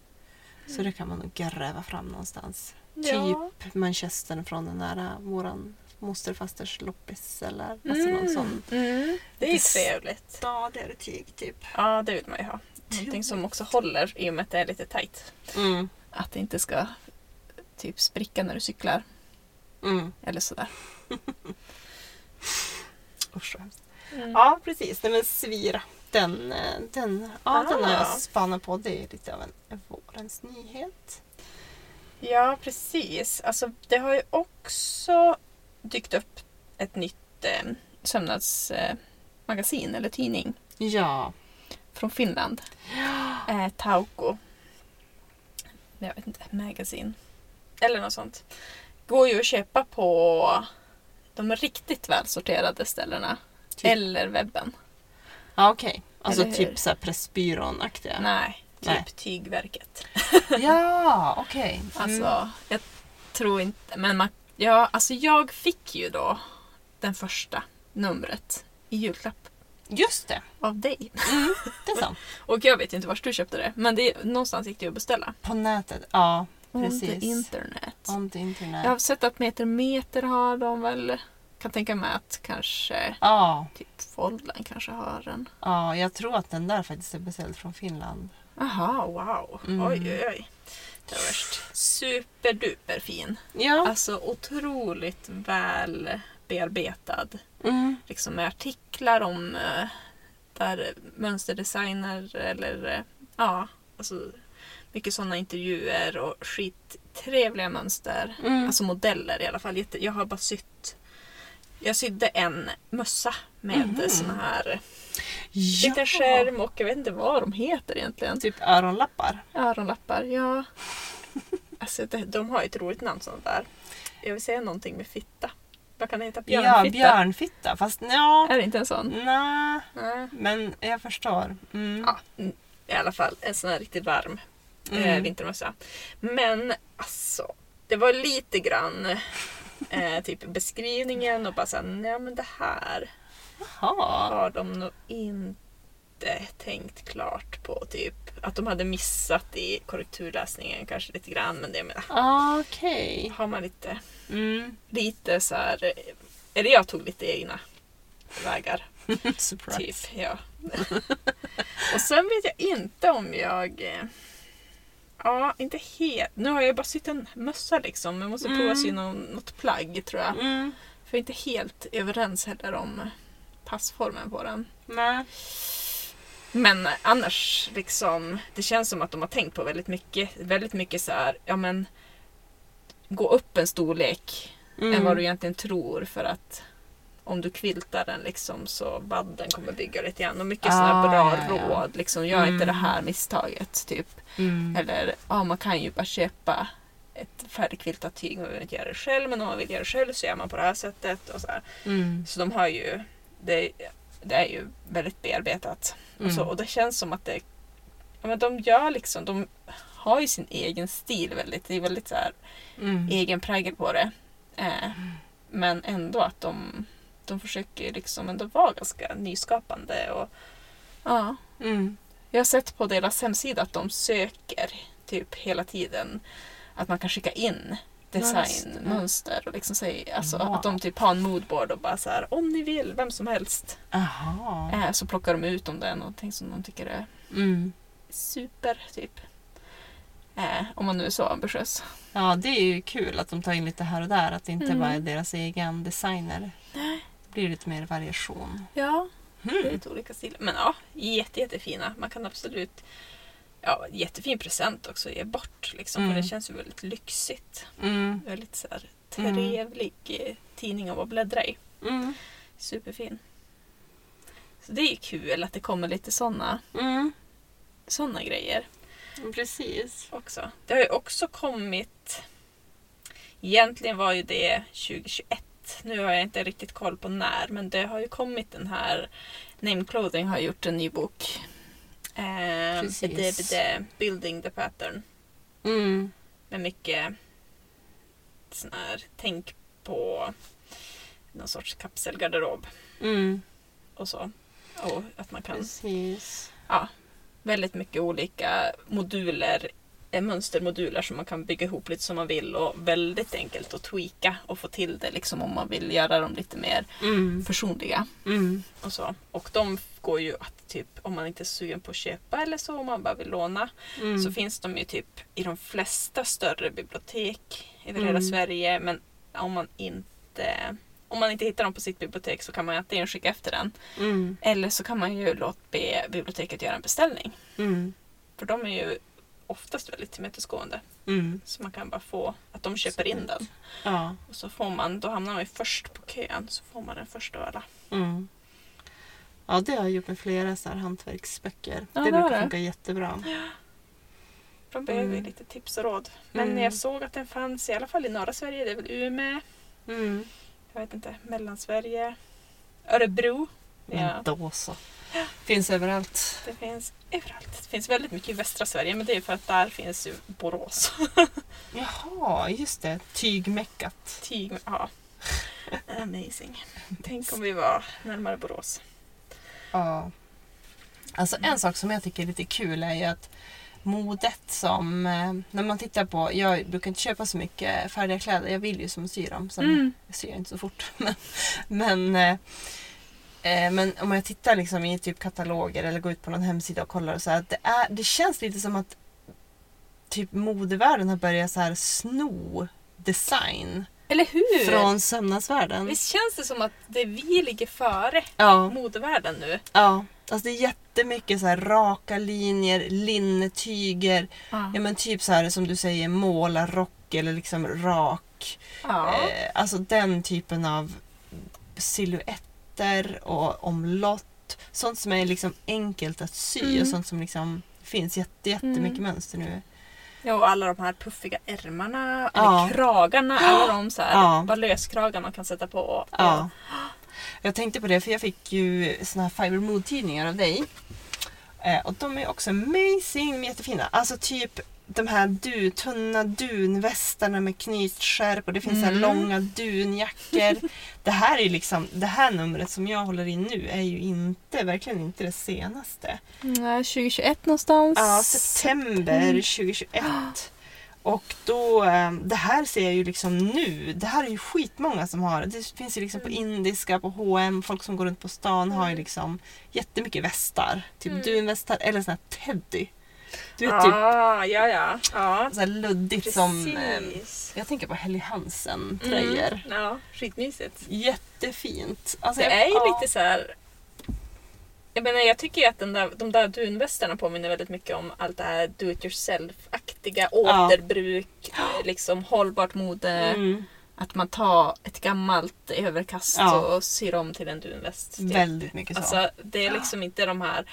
Speaker 1: Så det kan man nog gräva fram någonstans.
Speaker 2: Ja.
Speaker 1: Typ manchestern från den där våran mosterfasters loppis eller alltså någon sån.
Speaker 2: Mm. Det är ju
Speaker 1: Lite s-
Speaker 2: trevligt.
Speaker 1: Stadigare tyg typ.
Speaker 2: Ja, det vill man ju ha. Någonting som också håller i och med att det är lite tight.
Speaker 1: Mm.
Speaker 2: Att det inte ska typ spricka när du cyklar
Speaker 1: Mm.
Speaker 2: eller sådär.
Speaker 1: Usch vad hemskt.
Speaker 2: Mm.
Speaker 1: Ja precis, nej men svira. Den, eh, den, ja, den har jag
Speaker 2: Ah.
Speaker 1: spanat på. Det är lite av en- en vårens nyhet.
Speaker 2: Ja, precis. Alltså, det har ju också dykt upp ett nytt eh, sömnadsmagasin eh, magasin eller tidning
Speaker 1: Ja.
Speaker 2: från Finland. Eh, Tauko. Jag vet inte, magasin. Eller något sånt. Går ju att köpa på de riktigt välsorterade ställena.
Speaker 1: Typ.
Speaker 2: Eller webben.
Speaker 1: Ja okej. Alltså
Speaker 2: Eller hur?
Speaker 1: typ såhär Pressbyrån-aktiga.
Speaker 2: Nej, typ
Speaker 1: Nej.
Speaker 2: Tygverket.
Speaker 1: Ja okej.
Speaker 2: Alltså,
Speaker 1: Mm.
Speaker 2: jag tror inte... Men man, ja, alltså jag fick ju då den första numret i julklapp
Speaker 1: Just det,
Speaker 2: av dig.
Speaker 1: det är sant.
Speaker 2: Och jag vet inte vart du köpte det, men det, någonstans gick det ju att beställa.
Speaker 1: På nätet, ja
Speaker 2: On the
Speaker 1: precis.
Speaker 2: internet.
Speaker 1: On the internet.
Speaker 2: Jag
Speaker 1: Ja.
Speaker 2: har sett att Meter Meter har de väl. Kan tänka mig att kanske
Speaker 1: ja,
Speaker 2: typ Foldland kanske har den.
Speaker 1: jag tror att den där faktiskt är beställd från Finland.
Speaker 2: Aha, wow.
Speaker 1: Mm.
Speaker 2: Oj, oj, oj. Det var värst. Superduper fin.
Speaker 1: Ja.
Speaker 2: Alltså otroligt väl bearbetad.
Speaker 1: Mm.
Speaker 2: Liksom med artiklar om eh, där mönsterdesigner eller eh, ja, alltså mycket sådana intervjuer och skittrevliga mönster.
Speaker 1: Mm.
Speaker 2: Alltså modeller i alla fall. Jätte- Jag har bara sytt. Jag sydde en mössa med
Speaker 1: Mhm.
Speaker 2: sån här
Speaker 1: ja.
Speaker 2: liten skärm och jag vet inte vad de heter egentligen.
Speaker 1: Typ öronlappar.
Speaker 2: Öronlappar, ja. Alltså det, de har ju ett roligt namn sådana där. Jag vill säga någonting med fitta. Vad kan det heta?
Speaker 1: Ja,
Speaker 2: Björnfitta?
Speaker 1: björnfitta. Fast ja,
Speaker 2: Är det inte en sån?
Speaker 1: nej.
Speaker 2: Nej.
Speaker 1: Men jag förstår. Mm.
Speaker 2: Ja, mm, i alla fall en sån här riktigt varm eh,
Speaker 1: Mm.
Speaker 2: vintermössa. Men alltså, det var lite grann eh, typ beskrivningen och bara såhär, nej men det här
Speaker 1: Jaha.
Speaker 2: har de nog inte tänkt klart på. Typ att de hade missat i korrekturläsningen kanske lite grann, men det jag menar,
Speaker 1: Ah, Okej.
Speaker 2: har man lite,
Speaker 1: Mm.
Speaker 2: lite så här, eh, eller jag tog lite egna vägar
Speaker 1: Surprise.
Speaker 2: Typ, ja. och sen vet jag inte om jag... eh, Ja, inte helt. Nu har jag bara sytt en mössa liksom. Jag måste
Speaker 1: Mm.
Speaker 2: prova sy någon, något plagg tror jag.
Speaker 1: Mm.
Speaker 2: För jag är inte helt överens heller om passformen på den.
Speaker 1: Nej.
Speaker 2: Men annars liksom, det känns som att de har tänkt på väldigt mycket. Väldigt mycket så här, ja men gå upp en storlek
Speaker 1: Mm.
Speaker 2: än vad du egentligen tror för att om du quiltar den liksom så badden kommer bygga lite grann. Och mycket sådana
Speaker 1: Ah,
Speaker 2: bra
Speaker 1: ja, ja.
Speaker 2: råd. Liksom, gör inte det här misstaget. Typ.
Speaker 1: Mm.
Speaker 2: Eller ja, man kan ju bara köpa ett färdigkviltat tyg. Man behöver inte göra det själv. Men om man vill göra det själv så gör man på det här sättet. Och så, här.
Speaker 1: Mm.
Speaker 2: så de har ju... Det, det är ju väldigt bearbetat. Och, så,
Speaker 1: Mm.
Speaker 2: Alltså, och det känns som att det... Ja, men de gör liksom... De har ju sin egen stil väldigt. Det är väldigt så här
Speaker 1: Mm.
Speaker 2: egen prägel på det. Eh, men ändå att de, de försöker liksom ändå vara ganska nyskapande. Och, ja.
Speaker 1: Mm.
Speaker 2: Jag har sett på deras hemsida att de söker typ hela tiden att man kan skicka in
Speaker 1: Mönster.
Speaker 2: designmönster. Och liksom säga, alltså,
Speaker 1: Wow.
Speaker 2: Att de typ har en moodboard och bara så här, om ni vill, vem som helst.
Speaker 1: Jaha.
Speaker 2: Eh, så plockar de ut om det är någonting som de tycker är
Speaker 1: Mm.
Speaker 2: super. typ. Eh, om man nu är så ambitiös.
Speaker 1: Ja, det är ju kul att de tar in lite här och där. Att det inte
Speaker 2: Mm.
Speaker 1: bara är deras egen designer. Det blir lite mer variation.
Speaker 2: Ja, Det är
Speaker 1: Mm.
Speaker 2: lite olika stilar. Men ja, jätte, jättefina. Man kan absolut... Ja, jättefin present också att ge bort. Liksom, För
Speaker 1: Mm.
Speaker 2: det känns ju väldigt lyxigt.
Speaker 1: Mm.
Speaker 2: Väldigt så här,
Speaker 1: Mm.
Speaker 2: trevlig eh, tidning att bläddra i.
Speaker 1: Mm.
Speaker 2: Superfin. Så det är ju kul att det kommer lite sådana
Speaker 1: Mm.
Speaker 2: såna grejer
Speaker 1: Precis.
Speaker 2: också. Det har ju också kommit... Egentligen var ju det 2021. Nu har jag inte riktigt koll på när, men det har ju kommit den här... Name Clothing har gjort en ny bok. Eh,
Speaker 1: Precis.
Speaker 2: bede, bede, Building the Pattern.
Speaker 1: Mm.
Speaker 2: Med mycket sån här tänk på någon sorts kapselgarderob
Speaker 1: Mm.
Speaker 2: och så. Och att man kan
Speaker 1: Precis.
Speaker 2: väldigt mycket olika moduler, eh, mönstermoduler som man kan bygga ihop lite som man vill och väldigt enkelt att tweaka och få till det liksom om man vill göra dem lite mer
Speaker 1: Mm.
Speaker 2: personliga
Speaker 1: Mm.
Speaker 2: och så. Och de går ju att typ om man inte är sugen på att köpa eller så om man bara vill låna
Speaker 1: Mm.
Speaker 2: så finns de ju typ i de flesta större bibliotek över
Speaker 1: Mm.
Speaker 2: hela Sverige men om man inte om man inte hittar dem på sitt bibliotek så kan man ju antingen skicka efter den
Speaker 1: Mm.
Speaker 2: eller så kan man ju låta be biblioteket göra en beställning.
Speaker 1: Mm.
Speaker 2: För de är ju oftast väldigt tillmötesgående.
Speaker 1: Mm.
Speaker 2: Så man kan bara få att de köper in den.
Speaker 1: Ja.
Speaker 2: Och så får man, då hamnar man ju först på kön. Så får man den först av alla.
Speaker 1: Mm. Ja, det har jag gjort med flera så här hantverksböcker.
Speaker 2: Ja,
Speaker 1: det
Speaker 2: det har
Speaker 1: brukar
Speaker 2: det.
Speaker 1: funka jättebra.
Speaker 2: De behöver ju
Speaker 1: Mm.
Speaker 2: lite tips och råd. Men
Speaker 1: Mm.
Speaker 2: jag såg att den fanns i alla fall i norra Sverige. Det är väl Umeå,
Speaker 1: Mm.
Speaker 2: jag vet inte, Mellansverige, Örebro.
Speaker 1: Men
Speaker 2: Ja,
Speaker 1: då så. Finns överallt.
Speaker 2: det finns överallt. Det finns väldigt mycket i västra Sverige men det är ju för att där finns ju Borås.
Speaker 1: Jaha, just det. Tygmeckat.
Speaker 2: Tyg, ja. Amazing. Tänk om vi var närmare Borås.
Speaker 1: Ja. Alltså en sak som jag tycker är lite kul är ju att modet som, eh, när man tittar på, jag brukar inte köpa så mycket färdiga kläder, jag vill ju som sy dem, sen
Speaker 2: Mm.
Speaker 1: syr jag inte så fort. Men, men, eh, eh, men om jag tittar liksom i typ kataloger eller går ut på någon hemsida och kollar och så här, att det, är, det känns lite som att typ modevärlden har börjat så här sno design
Speaker 2: Eller hur?
Speaker 1: från sömnadsvärlden.
Speaker 2: Visst känns det som att det vi ligger före
Speaker 1: Ja,
Speaker 2: modevärlden nu?
Speaker 1: ja. Alltså det är jättemycket så här raka linjer, linnetyger,
Speaker 2: Eh,
Speaker 1: ja men typ så här som du säger målarrock eller liksom rak.
Speaker 2: Ja.
Speaker 1: Eh, alltså den typen av silhuetter och omlott. Sånt som är liksom enkelt att sy
Speaker 2: Mm.
Speaker 1: och sånt som liksom finns jätte, jättemycket
Speaker 2: Mm.
Speaker 1: mönster nu.
Speaker 2: Ja, och alla de här puffiga ärmarna,
Speaker 1: Ja.
Speaker 2: eller kragarna, alla de så här,
Speaker 1: Ja.
Speaker 2: bara löskragar man kan sätta på. Och,
Speaker 1: Ja. Jag tänkte på det för jag fick ju såna här Fiber Mood-tidningar av dig. Eh, och de är också amazing, de är jättefina. Alltså typ de här du, tunna dunvästarna med knytskärp och det finns så här
Speaker 2: Mm.
Speaker 1: långa dunjackor. det här är ju liksom, det här numret som jag håller i nu är ju inte, verkligen inte det senaste. eh,
Speaker 2: Nej, 2021 någonstans.
Speaker 1: Ja, september 2021. Och då, eh, det här ser jag ju liksom nu. Det här är ju skitmånga som har. Det finns ju liksom
Speaker 2: Mm.
Speaker 1: på indiska, på H&M, folk som går runt på stan har ju liksom jättemycket västar. Typ
Speaker 2: Mm.
Speaker 1: dunvästar eller sån här teddy. Du vet,
Speaker 2: Ja,
Speaker 1: typ
Speaker 2: Ah, ja, ja. ja.
Speaker 1: så här luddigt
Speaker 2: Precis.
Speaker 1: som... eh, Jag tänker på Helly Hansen-tröjor.
Speaker 2: Mm. Ja, skitmysigt.
Speaker 1: Jättefint. Alltså,
Speaker 2: Det
Speaker 1: jag-
Speaker 2: är ju
Speaker 1: ja.
Speaker 2: lite så här... Jag menar, jag tycker ju att den där, de där dunvästarna påminner väldigt mycket om allt det här do it yourself-aktiga,
Speaker 1: Ja.
Speaker 2: återbruk, eh, liksom hållbart mode.
Speaker 1: Mm,
Speaker 2: Att man tar ett gammalt överkast
Speaker 1: Ja.
Speaker 2: och syr om till en dunväst. typ.
Speaker 1: väldigt mycket så.
Speaker 2: Alltså, det är liksom inte de här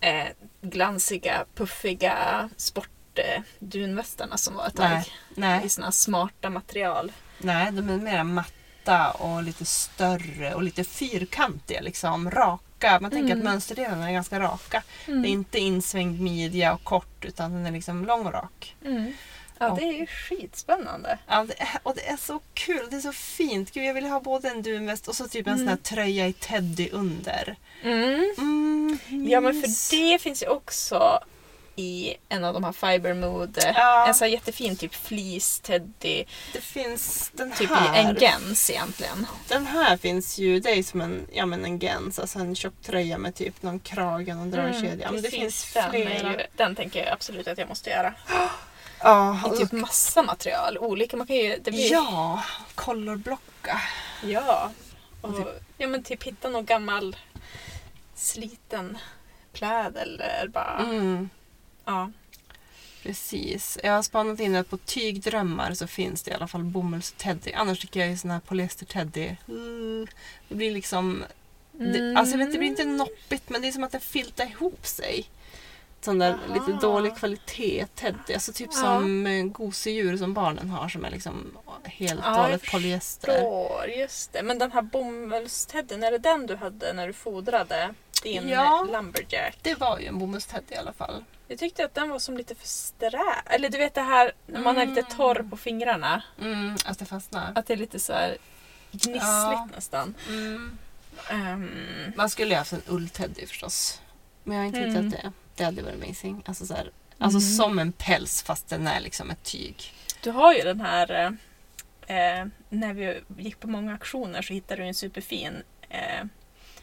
Speaker 2: eh, glansiga, puffiga sportdunvästarna som var ett tag.
Speaker 1: Nej.
Speaker 2: I
Speaker 1: Nej.
Speaker 2: såna här smarta material.
Speaker 1: Nej, de är mera matta och lite större och lite fyrkantiga. Liksom, raka. Man tänker
Speaker 2: Mm.
Speaker 1: att mönsterdelarna är ganska raka. Det är inte insvängd midja och kort utan den är liksom lång och rak.
Speaker 2: Mm. Ja, det är ju skitspännande.
Speaker 1: Ja, det är, och det är så kul, det är så fint. Gud, jag vill ha både en dunväst och så typ en
Speaker 2: Mm.
Speaker 1: sån här tröja i teddy under. Mm,
Speaker 2: Ja, men
Speaker 1: mys.
Speaker 2: för det finns ju också i en av de här Fiber Mode.
Speaker 1: Ja.
Speaker 2: En sån här jättefin typ fleece teddy.
Speaker 1: det finns den
Speaker 2: Typ i
Speaker 1: här.
Speaker 2: en gens egentligen.
Speaker 1: Den här finns ju, det är som en, ja, men en gens, alltså en tjock tröja med typ någon krage och någon dragkedja. men det
Speaker 2: Mm, precis,
Speaker 1: finns
Speaker 2: den, är
Speaker 1: flera.
Speaker 2: ju, den tänker jag absolut att jag måste göra.
Speaker 1: Ja,
Speaker 2: I
Speaker 1: och
Speaker 2: typ massa material. Olika. Man kan ju, det blir,
Speaker 1: Ja, kolorblocka.
Speaker 2: Ja. Och, ja men typ hitta någon gammal sliten pläd eller bara...
Speaker 1: Mm.
Speaker 2: Ja.
Speaker 1: Precis. Jag har spanat in att på tygdrömmar så finns det i alla fall bomulls-teddy. Annars tycker jag ju sån här polyester-teddy. Mm. Det blir liksom...
Speaker 2: Mm.
Speaker 1: Det, alltså jag vet, det blir inte noppigt men det är som att den filtar ihop sig. Sån där
Speaker 2: Aha.
Speaker 1: lite dålig kvalitet-teddy. Alltså typ
Speaker 2: Ja.
Speaker 1: som eh, gosedjur som barnen har som är liksom helt och
Speaker 2: Ja, jag
Speaker 1: hållet polyester.
Speaker 2: Förstår, just det. Men den här bomullstedden, är det den du hade när du fodrade din
Speaker 1: Ja.
Speaker 2: lumberjack?
Speaker 1: Det var ju en bomulls-teddy i alla fall.
Speaker 2: Jag tyckte att den var som lite för strä. Eller du vet det här när man är lite torr på fingrarna.
Speaker 1: Mm, att det fastnar.
Speaker 2: Att det är lite så här gnissligt
Speaker 1: Ja.
Speaker 2: nästan.
Speaker 1: Mm.
Speaker 2: Ehm,
Speaker 1: Man skulle ju haft en ullteddy förstås. Men jag har inte
Speaker 2: Mm.
Speaker 1: hittat det. Det hade varit amazing. Alltså, så här, alltså
Speaker 2: Mm.
Speaker 1: som en päls fast den är liksom ett tyg.
Speaker 2: Du har ju den här, eh, eh, när vi gick på många auktioner så hittade du en superfin eh,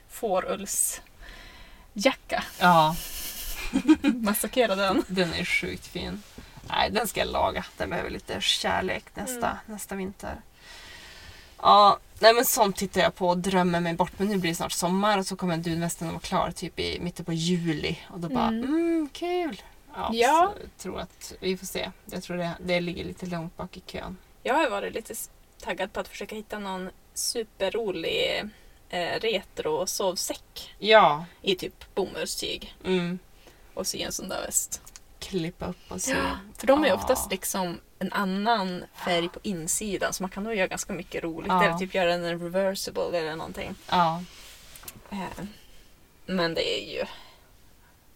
Speaker 2: fårullsjacka.
Speaker 1: Ja,
Speaker 2: Massakrera den.
Speaker 1: den är sjukt fin. Nej, den ska jag laga. Den behöver lite kärlek nästa,
Speaker 2: Mm.
Speaker 1: nästa vinter. Ja, nej men sånt tittar jag på och drömmer mig bort. Men nu blir det snart sommar och så kommer dunvästen att vara klar typ i mitten på juli. Och då bara,
Speaker 2: Mm.
Speaker 1: mm, kul! Ja,
Speaker 2: Ja.
Speaker 1: Så jag tror att vi får se. Jag tror det, det ligger lite långt bak i kön.
Speaker 2: Jag har ju varit lite s- taggad på att försöka hitta någon superrolig eh, retro sovsäck
Speaker 1: Ja,
Speaker 2: i typ bomullstyg
Speaker 1: mm.
Speaker 2: och sy en sån där väst.
Speaker 1: klippa upp och se.
Speaker 2: För de är ju
Speaker 1: Ja.
Speaker 2: oftast liksom en annan färg på insidan så man kan nog göra ganska mycket roligt.
Speaker 1: Ja.
Speaker 2: Eller typ göra den reversible eller någonting.
Speaker 1: Ja.
Speaker 2: Eh, Men det är ju...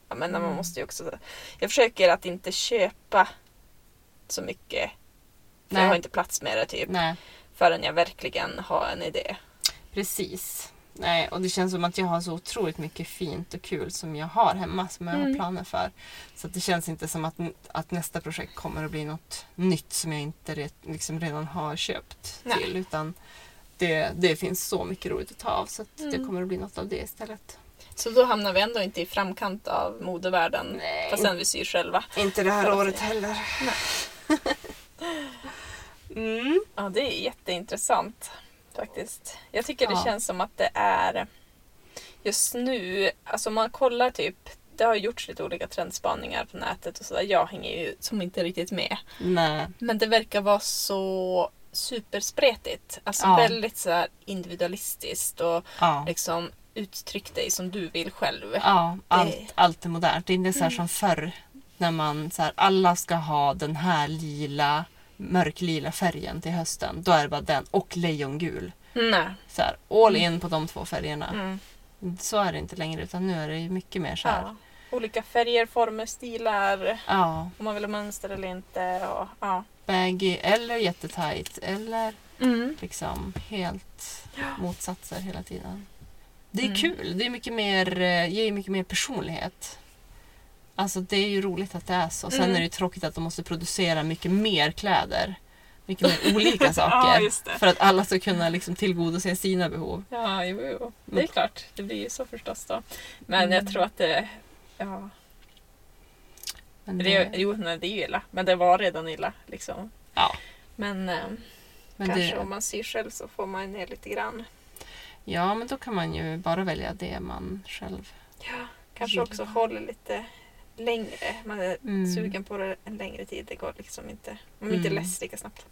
Speaker 2: Ja, men
Speaker 1: Mm.
Speaker 2: man måste ju också... Jag försöker att inte köpa så mycket. För
Speaker 1: Nej.
Speaker 2: jag har inte plats med det typ.
Speaker 1: Nej,
Speaker 2: Förrän jag verkligen har en idé.
Speaker 1: precis. Nej, och det känns som att jag har så otroligt mycket fint och kul som jag har hemma som jag
Speaker 2: Mm.
Speaker 1: har planer för. Så att det känns inte som att, att nästa projekt kommer att bli något nytt som jag inte re, liksom redan har köpt
Speaker 2: Nej.
Speaker 1: till. Utan det, det finns så mycket roligt att ta av så att det
Speaker 2: Mm.
Speaker 1: kommer att bli något av det istället.
Speaker 2: Så då hamnar vi ändå inte i framkant av modevärlden.
Speaker 1: Nej.
Speaker 2: Fastän vi syr själva.
Speaker 1: Inte det här
Speaker 2: Får jag
Speaker 1: året heller. mm.
Speaker 2: Ja, det är jätteintressant faktiskt. Jag tycker det
Speaker 1: Ja.
Speaker 2: känns som att det är just nu, alltså om man kollar typ, det har gjorts lite olika trendspaningar på nätet och sådär. Jag hänger ju som inte riktigt med.
Speaker 1: Nej.
Speaker 2: Men det verkar vara så superspretigt. Alltså
Speaker 1: Ja.
Speaker 2: väldigt så här individualistiskt och
Speaker 1: Ja.
Speaker 2: liksom uttryck dig som du vill själv.
Speaker 1: Ja, allt, allt är modernt. Det är inte så här som förr när man så här, alla ska ha den här lila, mörklila färgen till hösten. Då är det bara den och lejongul.
Speaker 2: Nej.
Speaker 1: Så här, all in på de två färgerna.
Speaker 2: Mm.
Speaker 1: Så är det inte längre utan nu är det ju mycket mer så här. Ja.
Speaker 2: Ja. Olika färger, former, stilar. Om man vill ha mönster eller inte. Och, ja.
Speaker 1: baggy eller jättetajt eller
Speaker 2: Mm.
Speaker 1: liksom helt motsatser hela tiden. Det är
Speaker 2: Mm.
Speaker 1: kul. Det är mycket mer, eh, ger ju mycket mer personlighet. Alltså det är ju roligt att det är så. Sen är
Speaker 2: Mm.
Speaker 1: det ju tråkigt att de måste producera mycket mer kläder. Mycket mer olika
Speaker 2: Ja,
Speaker 1: saker.
Speaker 2: just det.
Speaker 1: för att alla ska kunna liksom tillgodose sina behov.
Speaker 2: Ja, jo, jo. Det är Mm. klart. Det blir ju så förstås då. Men jag tror att det... Ja.
Speaker 1: Men
Speaker 2: Det,
Speaker 1: det,
Speaker 2: jo, nej, det är ju illa. Men det var redan illa. Liksom.
Speaker 1: ja,
Speaker 2: Men, ehm,
Speaker 1: men
Speaker 2: kanske
Speaker 1: det,
Speaker 2: om man syr själv så får man ner lite grann.
Speaker 1: ja, men då kan man ju bara välja det man själv...
Speaker 2: Ja, kanske
Speaker 1: Gillar.
Speaker 2: också håller lite längre. Man är
Speaker 1: Mm.
Speaker 2: sugen på det en längre tid. Det går liksom inte. Man blir inte
Speaker 1: Mm.
Speaker 2: less lika snabbt.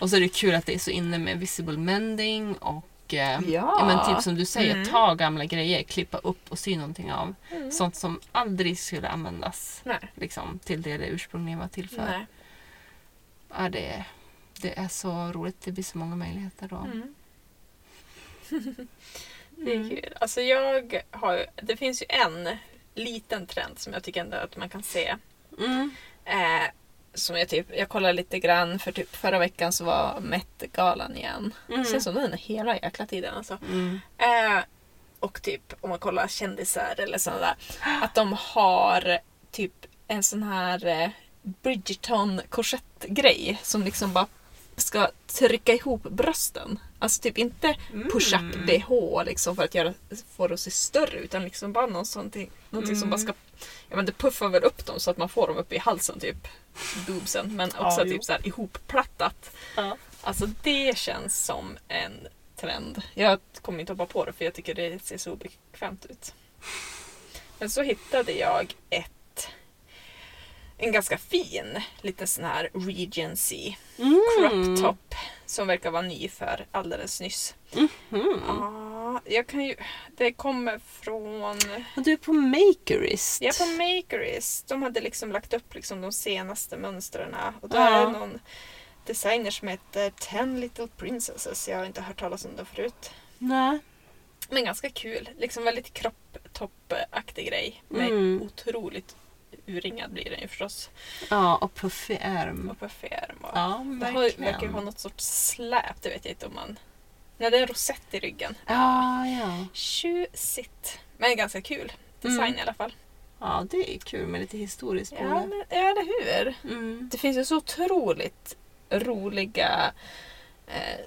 Speaker 1: Och så är det kul att det är så inne med visible mending och eh,
Speaker 2: Ja.
Speaker 1: Ja, men typ som du säger,
Speaker 2: Mm.
Speaker 1: ta gamla grejer, klippa upp och sy någonting av.
Speaker 2: Mm.
Speaker 1: Sånt som aldrig skulle användas
Speaker 2: Nej.
Speaker 1: liksom, till det det ursprungligen var till för.
Speaker 2: Nej.
Speaker 1: Ja, det, det är så roligt, det blir så många möjligheter då.
Speaker 2: Mm. Det
Speaker 1: Mm.
Speaker 2: är kul. Alltså jag har, ju- det finns ju en liten trend som jag tycker ändå att man kan se.
Speaker 1: Mm.
Speaker 2: Eh, som jag, typ, jag kollade lite grann för typ förra veckan så var Met-galan igen.
Speaker 1: Mm.
Speaker 2: Känns som den är hela jäkla tiden alltså.
Speaker 1: Mm.
Speaker 2: Eh, och typ om man kollar kändisar eller sådana där. Att de har typ en sån här eh, Bridgerton korsettgrej som liksom bara ska trycka ihop brösten. Alltså typ inte push up
Speaker 1: Mm.
Speaker 2: bh liksom för att göra, få det att se större utan liksom bara någon sån ting, någonting som
Speaker 1: Mm.
Speaker 2: bara ska... Ja men det puffar väl upp dem så att man får dem upp i halsen typ. Boobsen. Men
Speaker 1: Ja,
Speaker 2: också
Speaker 1: jo.
Speaker 2: typ så här ihopplattat.
Speaker 1: Ja.
Speaker 2: Alltså det känns som en trend. Jag kommer inte hoppa på det för jag tycker det ser så obekvämt ut. Men så hittade jag ett en ganska fin liten sån här Regency
Speaker 1: Mm.
Speaker 2: crop top som verkar vara ny för alldeles nyss.
Speaker 1: Mhm.
Speaker 2: Ja, jag kan ju... Det kommer från...
Speaker 1: Och du är på Makerist.
Speaker 2: Jag är på Makeries. De hade liksom lagt upp liksom de senaste mönstren. Och då
Speaker 1: Ja.
Speaker 2: är det någon designer som heter Ten Little Princesses. Jag har inte hört talas om den förut.
Speaker 1: Nej.
Speaker 2: Men ganska kul. Liksom väldigt kropptoppaktig grej. Men
Speaker 1: Mm.
Speaker 2: otroligt urringad blir den ju förstås.
Speaker 1: Ja, och puffig ärm.
Speaker 2: Och puffig är den bara.
Speaker 1: Mm. Ja,
Speaker 2: det har,
Speaker 1: verkligen.
Speaker 2: verkar ju ha något sorts släp, det vet jag inte om man... Nej, det är en rosett i ryggen.
Speaker 1: Ja, ja.
Speaker 2: Tjusigt. Men ganska kul design
Speaker 1: Mm.
Speaker 2: i alla fall.
Speaker 1: ja, det är kul med lite historiskt på
Speaker 2: Ja,
Speaker 1: det.
Speaker 2: men, ja, eller hur?
Speaker 1: Mm.
Speaker 2: Det finns ju så otroligt roliga eh,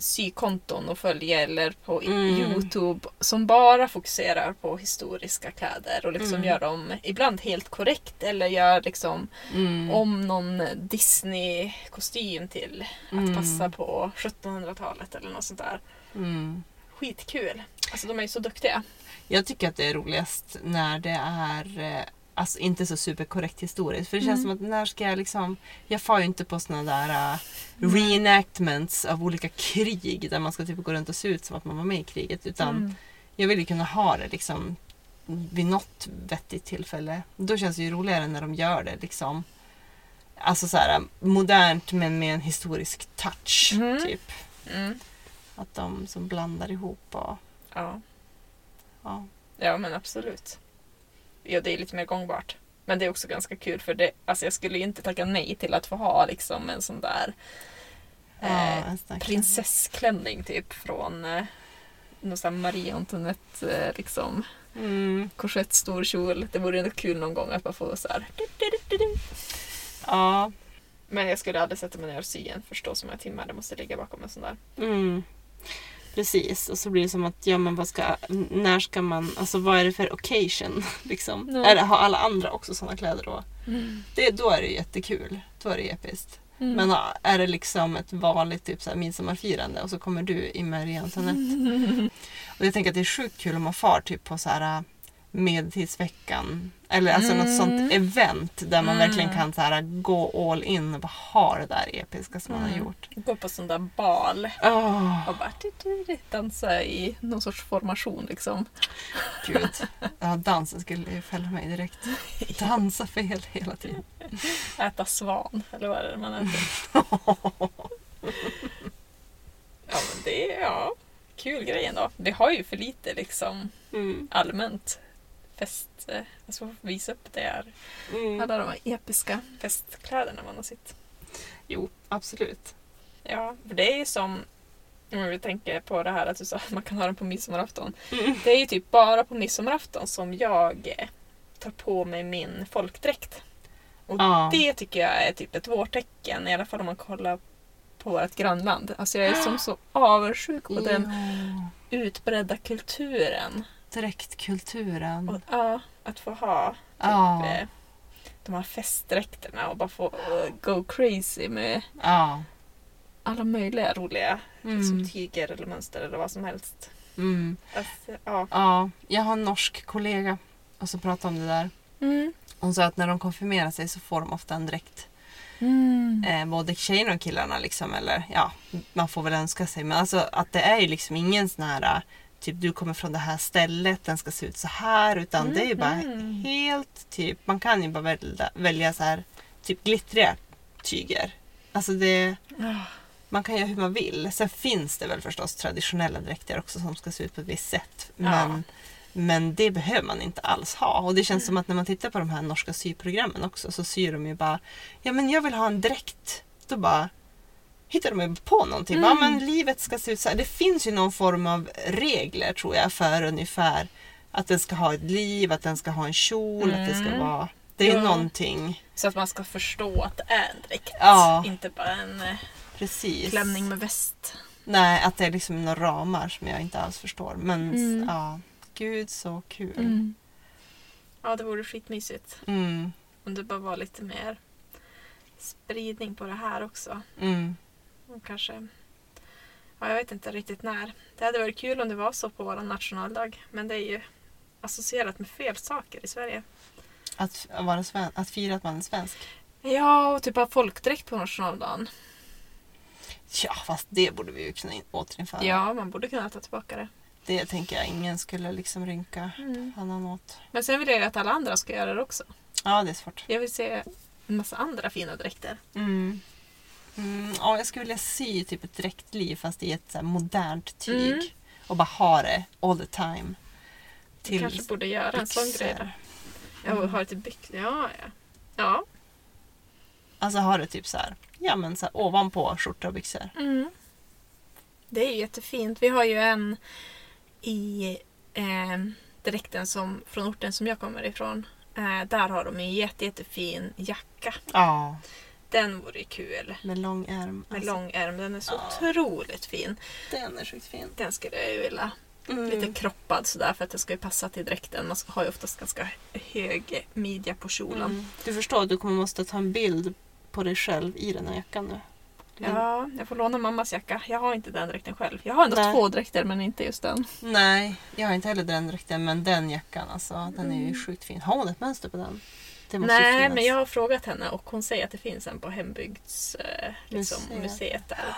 Speaker 2: sykonton att följa eller på i-
Speaker 1: Mm.
Speaker 2: Youtube som bara fokuserar på historiska kläder och liksom
Speaker 1: Mm.
Speaker 2: gör dem ibland helt korrekt eller gör liksom
Speaker 1: Mm.
Speaker 2: om någon Disney-kostym till att
Speaker 1: Mm.
Speaker 2: passa på 1700-talet eller något sånt där.
Speaker 1: Mm.
Speaker 2: Skitkul! Alltså de är ju så duktiga.
Speaker 1: Jag tycker att det är roligast när det är eh, alltså, inte så superkorrekt historiskt. För det känns
Speaker 2: Mm.
Speaker 1: som att när ska jag liksom... Jag far ju inte på såna där eh, reenactments av olika krig där man ska typ gå runt och se ut som att man var med i kriget. Utan
Speaker 2: Mm.
Speaker 1: jag vill ju kunna ha det liksom vid något vettigt tillfälle. Då känns det ju roligare när de gör det liksom. Alltså så här modernt men med en historisk touch.
Speaker 2: Mm.
Speaker 1: Typ.
Speaker 2: Mm.
Speaker 1: Att de som blandar ihop och...
Speaker 2: Ja.
Speaker 1: Ja.
Speaker 2: Ja men absolut. Ja det är lite mer gångbart. Men det är också ganska kul för det, alltså jag skulle ju inte tacka nej till att få ha liksom en sån där
Speaker 1: Ja,
Speaker 2: eh,
Speaker 1: en sån här-
Speaker 2: prinsessklänning typ från eh, någon sån här Marie Antoinette eh, liksom
Speaker 1: Mm.
Speaker 2: korsett, stor kjol. Det vore ju ändå kul någon gång att bara få så här.
Speaker 1: Ja.
Speaker 2: Men jag skulle aldrig sätta mig ner och sy en förstås hur många timmar det måste ligga bakom en sån där.
Speaker 1: Mm. Precis. Och så blir det som att, ja men vad ska, när ska man, alltså vad är det för occasion? Liksom?
Speaker 2: Ja.
Speaker 1: Är det, har alla andra också sådana kläder då? Det, då är det jättekul. Då är det episkt. Mm.
Speaker 2: Mm.
Speaker 1: Men ja, är det liksom ett vanligt typ så här, midsommarfirande och så kommer du i Marie Antoinette. Och jag tänker att det är sjukt kul om man far typ på så här medeltidsveckan. Eller alltså något sånt event där man verkligen kan så här, gå all in och bara ha det där episka som man har gjort.
Speaker 2: Gå på sån där bal
Speaker 1: Åh,
Speaker 2: och bara du, du, du, dansa i någon sorts formation liksom.
Speaker 1: gud. Ja, dansen skulle ju fälla mig direkt. Dansa fel hela tiden.
Speaker 2: Äta svan eller vad är det man äter? ja men det är ja, kul grej ändå. Vi har ju för lite liksom
Speaker 1: Mm.
Speaker 2: allmänt fest... eh, Alltså vi får visa upp det här.
Speaker 1: Mm.
Speaker 2: Alla de här episka festkläderna man har sitt.
Speaker 1: Jo, absolut.
Speaker 2: Ja, för det är ju som... Om vi tänker på det här att du sa att man kan ha den på midsommarafton.
Speaker 1: Mm.
Speaker 2: Det är ju typ bara på midsommarafton som jag eh, tar på mig min folkdräkt.
Speaker 1: Ja.
Speaker 2: Det tycker jag är typ ett vårtecken, i alla fall om man kollar på vårt grannland. Alltså jag är som så avundsjuk på den
Speaker 1: Jo,
Speaker 2: utbredda kulturen.
Speaker 1: Dräktkulturen.
Speaker 2: Och, ja, att få ha
Speaker 1: Mm. Ja.
Speaker 2: eh, de här festdräkterna och bara få eh, go crazy med
Speaker 1: Ja.
Speaker 2: alla möjliga roliga
Speaker 1: Mm.
Speaker 2: som tiger eller mönster eller vad som helst.
Speaker 1: Mm.
Speaker 2: Alltså, ja.
Speaker 1: Ja, jag har en norsk kollega och så pratade om det där.
Speaker 2: Mm.
Speaker 1: Hon sa att när de konfirmerar sig så får de ofta en dräkt. Eh, både tjejerna och killarna liksom. Eller ja, man får väl önska sig. Men alltså att det är ju liksom ingen sån här eh, typ du kommer från det här stället, den ska se ut så här. Utan det är ju bara
Speaker 2: Mhm.
Speaker 1: helt typ, man kan ju bara välja, välja så här typ glittriga tyger. Alltså det,
Speaker 2: Ja.
Speaker 1: man kan göra hur man vill. Sen finns det väl förstås traditionella dräkter också som ska se ut på ett visst sätt. Men, men det behöver man inte alls ha. Och det känns som att när man tittar på de här norska syprogrammen också så syr de ju bara, ja men jag vill ha en dräkt. Då bara hittar de ju på någonting.
Speaker 2: Mm.
Speaker 1: Bara, men livet ska se ut så här. Det finns ju någon form av regler tror jag för ungefär att den ska ha ett liv, att den ska ha en kjol, att det ska
Speaker 2: Mm.
Speaker 1: vara... Det är
Speaker 2: Ja.
Speaker 1: någonting.
Speaker 2: Så att man ska förstå att det är en dräkt.
Speaker 1: Ja.
Speaker 2: Inte bara en eh,
Speaker 1: Precis.
Speaker 2: klänning med väst.
Speaker 1: Nej, att det är liksom några ramar som jag inte alls förstår. Men
Speaker 2: Mm.
Speaker 1: ja, gud så kul.
Speaker 2: Ja, det vore skitmysigt.
Speaker 1: Mm,
Speaker 2: Om det bara var lite mer spridning på det här också.
Speaker 1: mm.
Speaker 2: Och kanske... Ja, jag vet inte riktigt när. Det hade varit kul om det var så på vår nationaldag. Men det är ju associerat med fel saker i Sverige.
Speaker 1: Att, f- vara sven- att fira att man är svensk.
Speaker 2: Ja, och typ ha folkdräkt på nationaldagen.
Speaker 1: Ja, fast det borde vi ju kunna in- återinföra.
Speaker 2: Ja, man borde kunna ta tillbaka det.
Speaker 1: Det tänker jag ingen skulle liksom rynka
Speaker 2: Mm.
Speaker 1: pannan åt.
Speaker 2: Men sen vill jag ju att alla andra ska göra det också.
Speaker 1: Ja, det är svårt.
Speaker 2: Jag vill se en massa andra fina dräkter.
Speaker 1: Mm. Mm, ja, jag skulle vilja sy typ ett dräktliv fast i ett så här modernt tyg.
Speaker 2: Mm.
Speaker 1: Och bara ha det all the time.
Speaker 2: Vi kanske borde göra en sån
Speaker 1: byxor.
Speaker 2: grej. Där. Jag har lite byxor. Ja, ja. Ja.
Speaker 1: Alltså ha det typ så här, ja men så här ovanpå skjorta och byxor.
Speaker 2: Mm. Det är ju jättefint. Vi har ju en i eh, dräkten som, från orten som jag kommer ifrån. Eh, där har de en jätte, jättefin jacka.
Speaker 1: Ja,
Speaker 2: Den vore ju kul.
Speaker 1: med lång ärm.
Speaker 2: Med
Speaker 1: Alltså,
Speaker 2: lång ärm. Den är så
Speaker 1: Ja.
Speaker 2: otroligt fin.
Speaker 1: Den är sjukt fin.
Speaker 2: Den skulle jag ju vilja.
Speaker 1: Mm.
Speaker 2: Lite kroppad sådär för att det ska ju passa till dräkten. Man har ju oftast ganska hög midja på kjolen.
Speaker 1: Mm. Du förstår att du kommer måste ta en bild på dig själv i den här jackan nu. Mm.
Speaker 2: Ja, jag får låna mammas jacka. Jag har inte den dräkten själv. Jag har ändå
Speaker 1: Nej.
Speaker 2: två dräkter men inte just den.
Speaker 1: Nej, jag har inte heller den dräkten men den jackan alltså, den är ju sjukt fin. Har hon ett mönster på den? Det måste ju
Speaker 2: Mm. Nej,
Speaker 1: finnas.
Speaker 2: men jag har frågat henne och hon säger att det finns en på hembygdsmuseet liksom,
Speaker 1: Museet.
Speaker 2: museet där.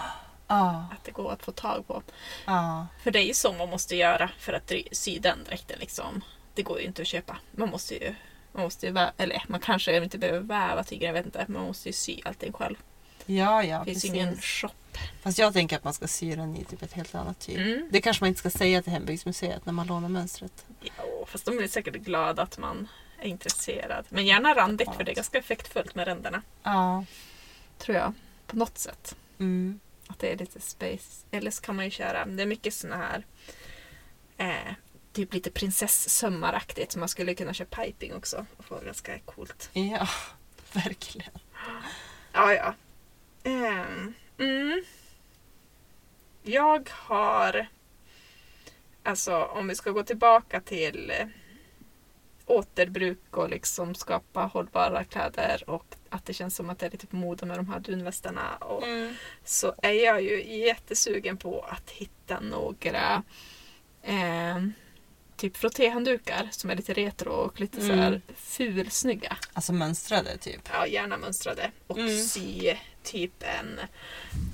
Speaker 1: Ja,
Speaker 2: Att det går att få tag på.
Speaker 1: ja.
Speaker 2: För det är ju så man måste göra för att dry- sy den dräkten. Liksom. Det går ju inte att köpa. Man måste ju, man måste ju väva, eller man kanske inte behöver väva tyger, jag vet inte. Man måste ju sy allting själv.
Speaker 1: Ja, ja,
Speaker 2: Det finns ju
Speaker 1: precis.
Speaker 2: ingen shop.
Speaker 1: Fast jag tänker att man ska sy den i typ ett helt annat tyg.
Speaker 2: Mm.
Speaker 1: Det kanske man inte ska säga till Hembygdsmuseet när man lånar mönstret.
Speaker 2: Ja, fast de blir säkert glada att man är intresserad. Men gärna randigt för det är ganska effektfullt med ränderna.
Speaker 1: Ja.
Speaker 2: Tror jag. På något sätt.
Speaker 1: Mm.
Speaker 2: Att det är lite space. Eller så kan man ju köra, det är mycket såna här eh, typ lite prinsessömmaraktigt. Man skulle kunna köra piping också och få ganska coolt.
Speaker 1: Ja, verkligen.
Speaker 2: Ja, ja. Ehm, mm. Jag har, alltså om vi ska gå tillbaka till eh, återbruk och liksom skapa hållbara kläder och att det känns som att det är lite på mode med de här dunvästarna och så är jag ju jättesugen på att hitta några eh, typ frottéhanddukar som är lite retro och lite så här
Speaker 1: Mm.
Speaker 2: fulsnygga.
Speaker 1: Alltså mönstrade typ.
Speaker 2: Ja, gärna mönstrade. Och
Speaker 1: Mm.
Speaker 2: sy typ en...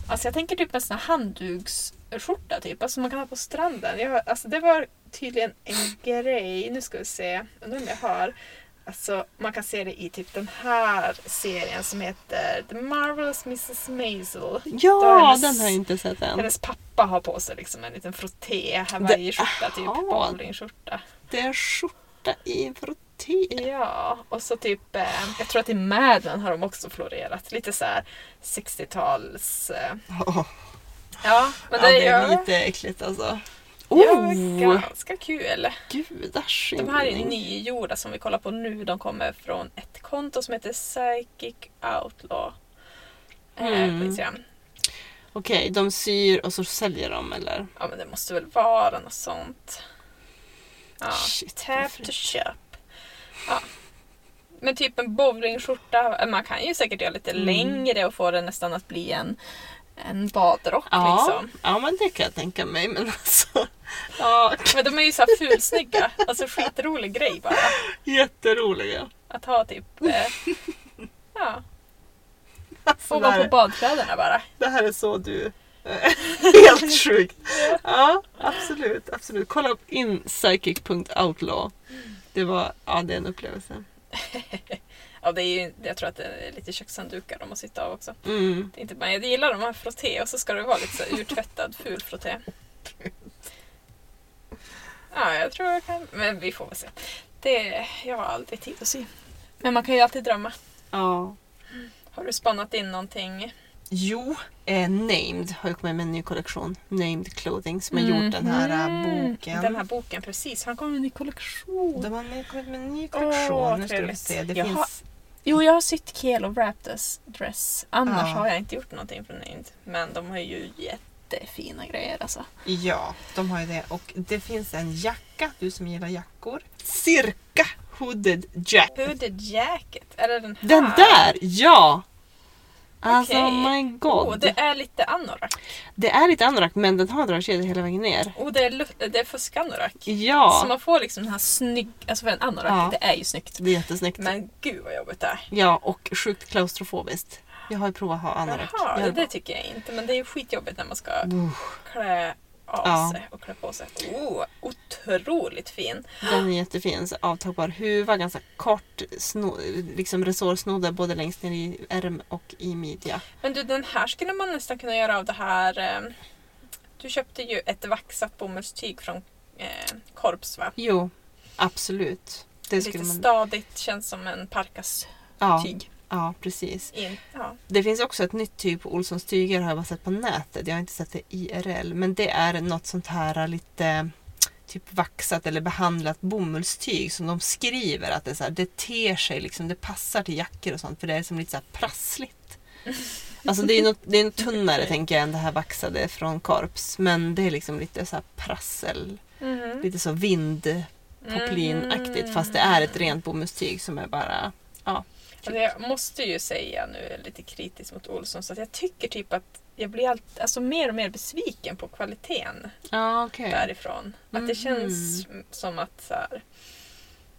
Speaker 2: Alltså jag tänker typ en sån här handduksskjorta typ. Alltså man kan ha på stranden. Jag, alltså det var tydligen en grej. Nu ska vi se. Undrar om jag har. Alltså man kan se det i typ den här serien som heter The Marvelous Mrs Maisel. Då
Speaker 1: Ja,
Speaker 2: hennes-
Speaker 1: den har jag inte sett än.
Speaker 2: Hennes pappa har på sig liksom en liten frotté, hawaiiskjorta typ.
Speaker 1: Aha.
Speaker 2: Bowlingskjorta.
Speaker 1: Det är en skjorta i en frotté.
Speaker 2: Ja, och så typ, eh, jag tror att i Mad Men har de också florerat. Lite så här 60-tals... Eh,
Speaker 1: Åh,
Speaker 2: ja, men det,
Speaker 1: ja, det är
Speaker 2: gör,
Speaker 1: lite äckligt alltså.
Speaker 2: gör
Speaker 1: Oh, Mm.
Speaker 2: ganska kul.
Speaker 1: gudars
Speaker 2: De här är
Speaker 1: skymning.
Speaker 2: nygjorda som vi kollar på nu. De kommer från ett konto som heter Psychic Outlaw. Eh,
Speaker 1: Mm.
Speaker 2: på Instagram.
Speaker 1: Okej, de syr och så säljer de eller?
Speaker 2: Ja, men det måste väl vara något sånt. Ja.
Speaker 1: Shit,
Speaker 2: Tap
Speaker 1: vad
Speaker 2: to
Speaker 1: fint.
Speaker 2: köp. Ja. Men typ en bowlingskjorta, man kan ju säkert göra lite
Speaker 1: Mm.
Speaker 2: längre och få den nästan att bli en, en badrock.
Speaker 1: Ja,
Speaker 2: Liksom.
Speaker 1: ja, men det kan jag tänka mig. Men alltså, ja,
Speaker 2: Men de är ju så här fulsnygga. Alltså skitrolig grej bara.
Speaker 1: jätteroliga.
Speaker 2: Att ha typ... Eh, ja,
Speaker 1: Alltså, det,
Speaker 2: ovanpå
Speaker 1: här,
Speaker 2: badkläderna bara.
Speaker 1: det här är så du. eh, Helt sjukt. Ja, absolut. absolut. Kolla upp in psychic.outlaw. Det var, ja det är en upplevelse.
Speaker 2: Ja, det är ju, jag tror att det är lite kökshanddukar de måste sitta av också.
Speaker 1: Mm.
Speaker 2: Det är inte bara, jag gillar de här frotté och så ska det vara lite så här urtvättad ful frotté. Ja, jag tror jag kan. Men vi får väl se. Det, jag har aldrig tid att se. Men man kan ju alltid drömma.
Speaker 1: Ja.
Speaker 2: Har du spannat in någonting?
Speaker 1: Jo, eh, Named har ju kommit med en ny kollektion. Named Clothing som har gjort den här eh, boken.
Speaker 2: Mm. Den här boken, precis. Han kom med en ny kollektion.
Speaker 1: De har nu kommit med en ny kollektion.
Speaker 2: Åh,
Speaker 1: nu ska vi
Speaker 2: trevligt.
Speaker 1: se. Det
Speaker 2: Jaha.
Speaker 1: finns...
Speaker 2: Jo, jag har sytt Kel och Raptors dress. Annars
Speaker 1: Ja.
Speaker 2: har jag inte gjort någonting från Named. Men de har ju jättefina grejer alltså.
Speaker 1: Ja, de har ju det. Och det finns en jacka, du som gillar jackor. Cirka Hooded Jack.
Speaker 2: Hooded jacket, är det den här?
Speaker 1: Den där, ja! Alltså
Speaker 2: Ah. Okej.
Speaker 1: my god.
Speaker 2: Oh,
Speaker 1: det...
Speaker 2: det är lite anorak.
Speaker 1: är lite anorak men den har dragkedja hela vägen ner.
Speaker 2: Och det är, lu- det är fuskanorak.
Speaker 1: Ja,
Speaker 2: Så man får liksom den här snygg... Alltså för en anorak,
Speaker 1: Ja.
Speaker 2: det är ju snyggt.
Speaker 1: det är jättesnyggt.
Speaker 2: Men gud vad jobbigt det är.
Speaker 1: Ja, och sjukt klaustrofobiskt. Jag har ju provat att ha anorak.
Speaker 2: Jaha,
Speaker 1: Jag-
Speaker 2: det, det tycker jag inte. Men det är ju skitjobbigt när man ska
Speaker 1: Uff,
Speaker 2: klä av
Speaker 1: Ja.
Speaker 2: sig och klä på sig. Oh, otroligt fin.
Speaker 1: Den är jättefin. Så avtagbar huva, ganska kort, sno, liksom resårsnoddar både längst ner i ärm och i midja.
Speaker 2: Men du, den här skulle man nästan kunna göra av det här... ehm, Du köpte ju ett vaxat bomullstyg från eh, Korps va?
Speaker 1: Jo, absolut. Det
Speaker 2: Lite
Speaker 1: skulle man...
Speaker 2: stadigt, känns som en parkas
Speaker 1: Ja,
Speaker 2: tyg.
Speaker 1: ja, precis.
Speaker 2: In, ja.
Speaker 1: Det finns också ett nytt tyg på Olssons tyger har jag bara sett på nätet. Jag har inte sett det IRL. Men det är något sånt här lite typ vaxat eller behandlat bomullstyg som de skriver att det, är så här, det ter sig liksom, det passar till jackor och sånt för det är som lite så här prassligt. Alltså det är något, det är något tunnare tänker jag än det här vaxade från Korps. Men det är liksom lite så här prassel,
Speaker 2: Mhm.
Speaker 1: lite så vindpoplinaktigt fast det är
Speaker 2: Mm.
Speaker 1: ett rent bomullstyg som är bara
Speaker 2: Alltså jag måste ju säga nu lite kritiskt mot Olsson så att jag tycker typ att jag blir allt, alltså mer och mer besviken på kvaliteten
Speaker 1: Ja okej.
Speaker 2: därifrån. Att det
Speaker 1: Mhm.
Speaker 2: känns som att så här,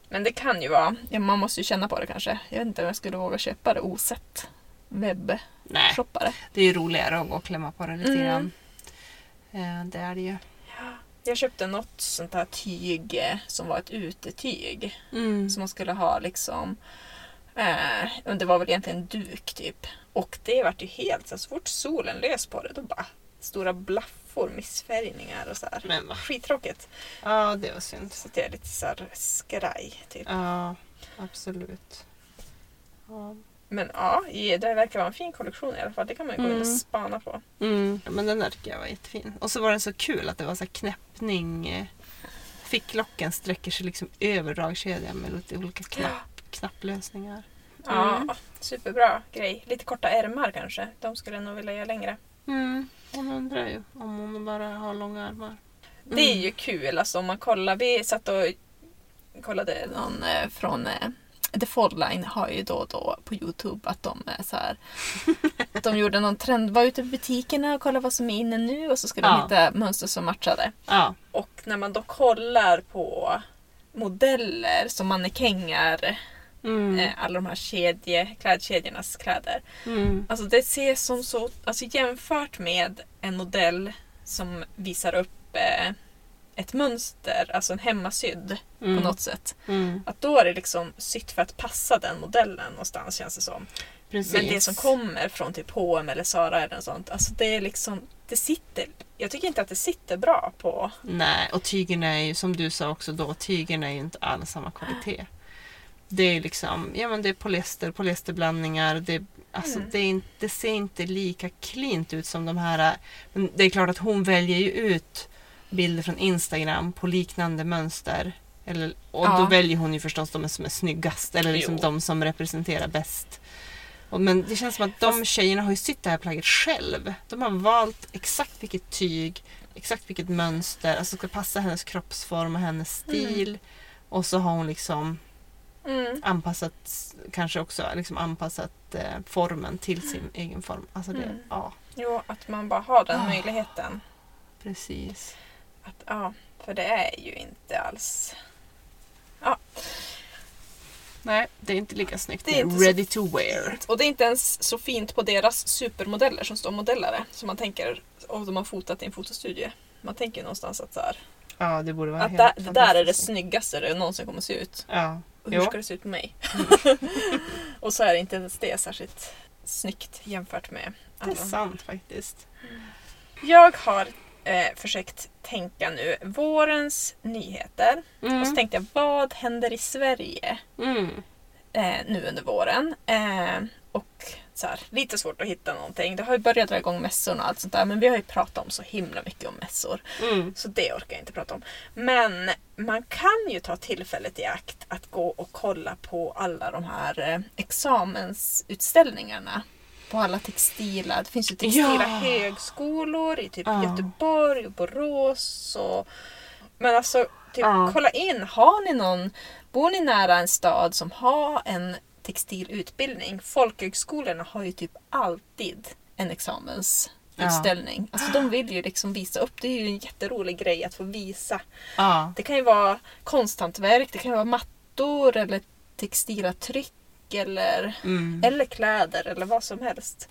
Speaker 2: Men det kan ju vara, ja, man måste ju känna på det kanske. Jag vet inte om jag skulle våga köpa det osett. Webbshoppare.
Speaker 1: Nej. Det är ju roligare att gå och klämma på det lite
Speaker 2: Mm.
Speaker 1: grann. Eh, det är det ju.
Speaker 2: Jag köpte något sånt här tyg eh, som var ett utetyg. som man skulle ha liksom eh, men det var väl egentligen duk typ. Och det vart ju helt så, så fort solen lös på det då bara stora blaffor, missfärgningar och så här.
Speaker 1: Men va?
Speaker 2: Skittråkigt.
Speaker 1: Ja, det var synd.
Speaker 2: Så det är lite så här skraj typ.
Speaker 1: Ja, absolut. Ja.
Speaker 2: Men ja, det verkar vara en fin kollektion i alla fall. Det kan man ju gå in och
Speaker 1: Mm.
Speaker 2: spana på.
Speaker 1: Mm. Men den där tycker jag var jättefin. Och så var den så kul att det var så här knäppning. eh, Ficklocken sträcker sig liksom över dragkedjan med lite olika knapp, knapplösningar.
Speaker 2: Ja,
Speaker 1: Mm.
Speaker 2: superbra grej. Lite korta ärmar kanske. De skulle jag nog vilja göra längre.
Speaker 1: Mm. Hon undrar ju om hon bara har långa armar.
Speaker 2: Det är
Speaker 1: Mm.
Speaker 2: ju kul alltså om man kollar. Vi satt och kollade någon eh, från eh, The Fall Line har ju då och då på Youtube att de är så här. De gjorde någon trend, var ute i butikerna och kollade vad som är inne nu och så skulle
Speaker 1: Ja.
Speaker 2: de hitta mönster som matchade.
Speaker 1: Ja.
Speaker 2: Och när man då kollar på modeller som mannekänger,
Speaker 1: Mm.
Speaker 2: eh, alla de här kedje, klädkedjornas kläder.
Speaker 1: Mm.
Speaker 2: Alltså det ses som så, alltså jämfört med en modell som visar upp eh, ett mönster, alltså en hemmasydd
Speaker 1: Mm.
Speaker 2: på något sätt.
Speaker 1: Mm.
Speaker 2: Att då är det liksom sytt för att passa den modellen någonstans känns det som.
Speaker 1: Precis.
Speaker 2: Men det som kommer från typ H&M eller Zara eller något sånt, alltså det är liksom, det sitter, jag tycker inte att det sitter bra på
Speaker 1: Nej, och tygerna är ju som du sa också då, tygerna är ju inte alls samma kvalitet. Det är liksom, ja men det är polyester, polyesterblandningar, det, alltså
Speaker 2: Mm.
Speaker 1: det, är inte, det ser inte lika klint ut som de här. äh, Men det är klart att hon väljer ju ut bilder från Instagram på liknande mönster. Eller, och då
Speaker 2: Ja.
Speaker 1: väljer hon ju förstås de som är snyggast eller liksom
Speaker 2: Jo.
Speaker 1: de som representerar bäst. Och, men det känns som att de tjejerna har ju sytt det här plagget själv. De har valt exakt vilket tyg, exakt vilket mönster, alltså ska passa hennes kroppsform och hennes stil. Och så har hon liksom
Speaker 2: Mm.
Speaker 1: anpassat, kanske också liksom anpassat eh, formen till sin egen form. Alltså det,
Speaker 2: Mm.
Speaker 1: ja
Speaker 2: Jo, att man bara har den
Speaker 1: Ah.
Speaker 2: möjligheten.
Speaker 1: precis.
Speaker 2: Att, ja, för det är ju inte alls... Ja,
Speaker 1: Nej, det är inte lika snyggt.
Speaker 2: Det är
Speaker 1: Det är
Speaker 2: inte så-
Speaker 1: ready to wear.
Speaker 2: och det är inte ens så fint på deras supermodeller som står modellare. Som man tänker, och de har fotat i en fotostudio. Man tänker ju någonstans att, så här,
Speaker 1: Ja, det borde vara
Speaker 2: att
Speaker 1: helt
Speaker 2: där, det där är det
Speaker 1: fantastiskt snyggt.
Speaker 2: snyggaste det någonsin kommer se ut.
Speaker 1: Ja. Mm.
Speaker 2: Och hur
Speaker 1: Jo.
Speaker 2: ska det se ut på mig? och så är inte ens det särskilt snyggt jämfört med
Speaker 1: Det är
Speaker 2: alla de
Speaker 1: sant faktiskt.
Speaker 2: Jag har eh, försökt tänka nu vårens nyheter.
Speaker 1: Mm.
Speaker 2: Och så tänkte jag, vad händer i Sverige
Speaker 1: Mm.
Speaker 2: eh, nu under våren? Eh, och så här, lite svårt att hitta någonting. Det har ju börjat dra igång mässorna och allt sånt där. Men vi har ju pratat om så himla mycket om mässor.
Speaker 1: Mm.
Speaker 2: Så det orkar jag inte prata om. Men man kan ju ta tillfället i akt att gå och kolla på alla de här eh, examensutställningarna. På alla textila. Det finns ju textila
Speaker 1: Ja.
Speaker 2: högskolor i typ
Speaker 1: Ja.
Speaker 2: Göteborg och Borås. Och... Men alltså, typ,
Speaker 1: Ja.
Speaker 2: kolla in. Har ni någon, bor ni nära en stad som har en textil utbildning? Folkhögskolorna har ju typ alltid en examensutställning. Alltså de vill ju liksom visa upp. Det är ju en jätterolig grej att få visa.
Speaker 1: Ja.
Speaker 2: Det kan ju vara konsthantverk, det kan ju vara mattor eller textila tryck eller,
Speaker 1: Mm.
Speaker 2: eller kläder eller vad som helst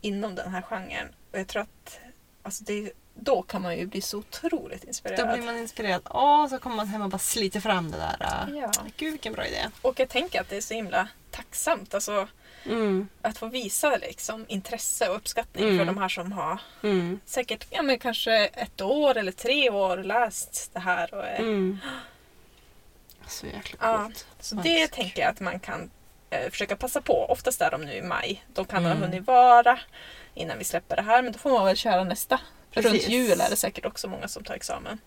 Speaker 2: inom den här genren. Och jag tror att alltså det, då kan man ju bli så otroligt
Speaker 1: Då
Speaker 2: inspirerad.
Speaker 1: blir man inspirerad. Åh, så kommer man hem och bara sliter fram det där. eh.
Speaker 2: Ja.
Speaker 1: Gud, vilken bra idé.
Speaker 2: Och jag tänker att det är så himla tacksamt alltså,
Speaker 1: Mm.
Speaker 2: att få visa liksom, intresse och uppskattning
Speaker 1: Mm.
Speaker 2: för de här som har
Speaker 1: Mm.
Speaker 2: säkert ja, men kanske ett år eller tre år läst det här. Och, är-
Speaker 1: Mm. Så jäkla
Speaker 2: Ja.
Speaker 1: coolt.
Speaker 2: Så
Speaker 1: Nice.
Speaker 2: det tänker jag att man kan eh, försöka passa på. Oftast är de nu i maj. De kan
Speaker 1: Mm.
Speaker 2: ha hunnit vara innan vi släpper det här. Men då får man väl köra nästa.
Speaker 1: Precis.
Speaker 2: Runt jul är det säkert också många som tar examen.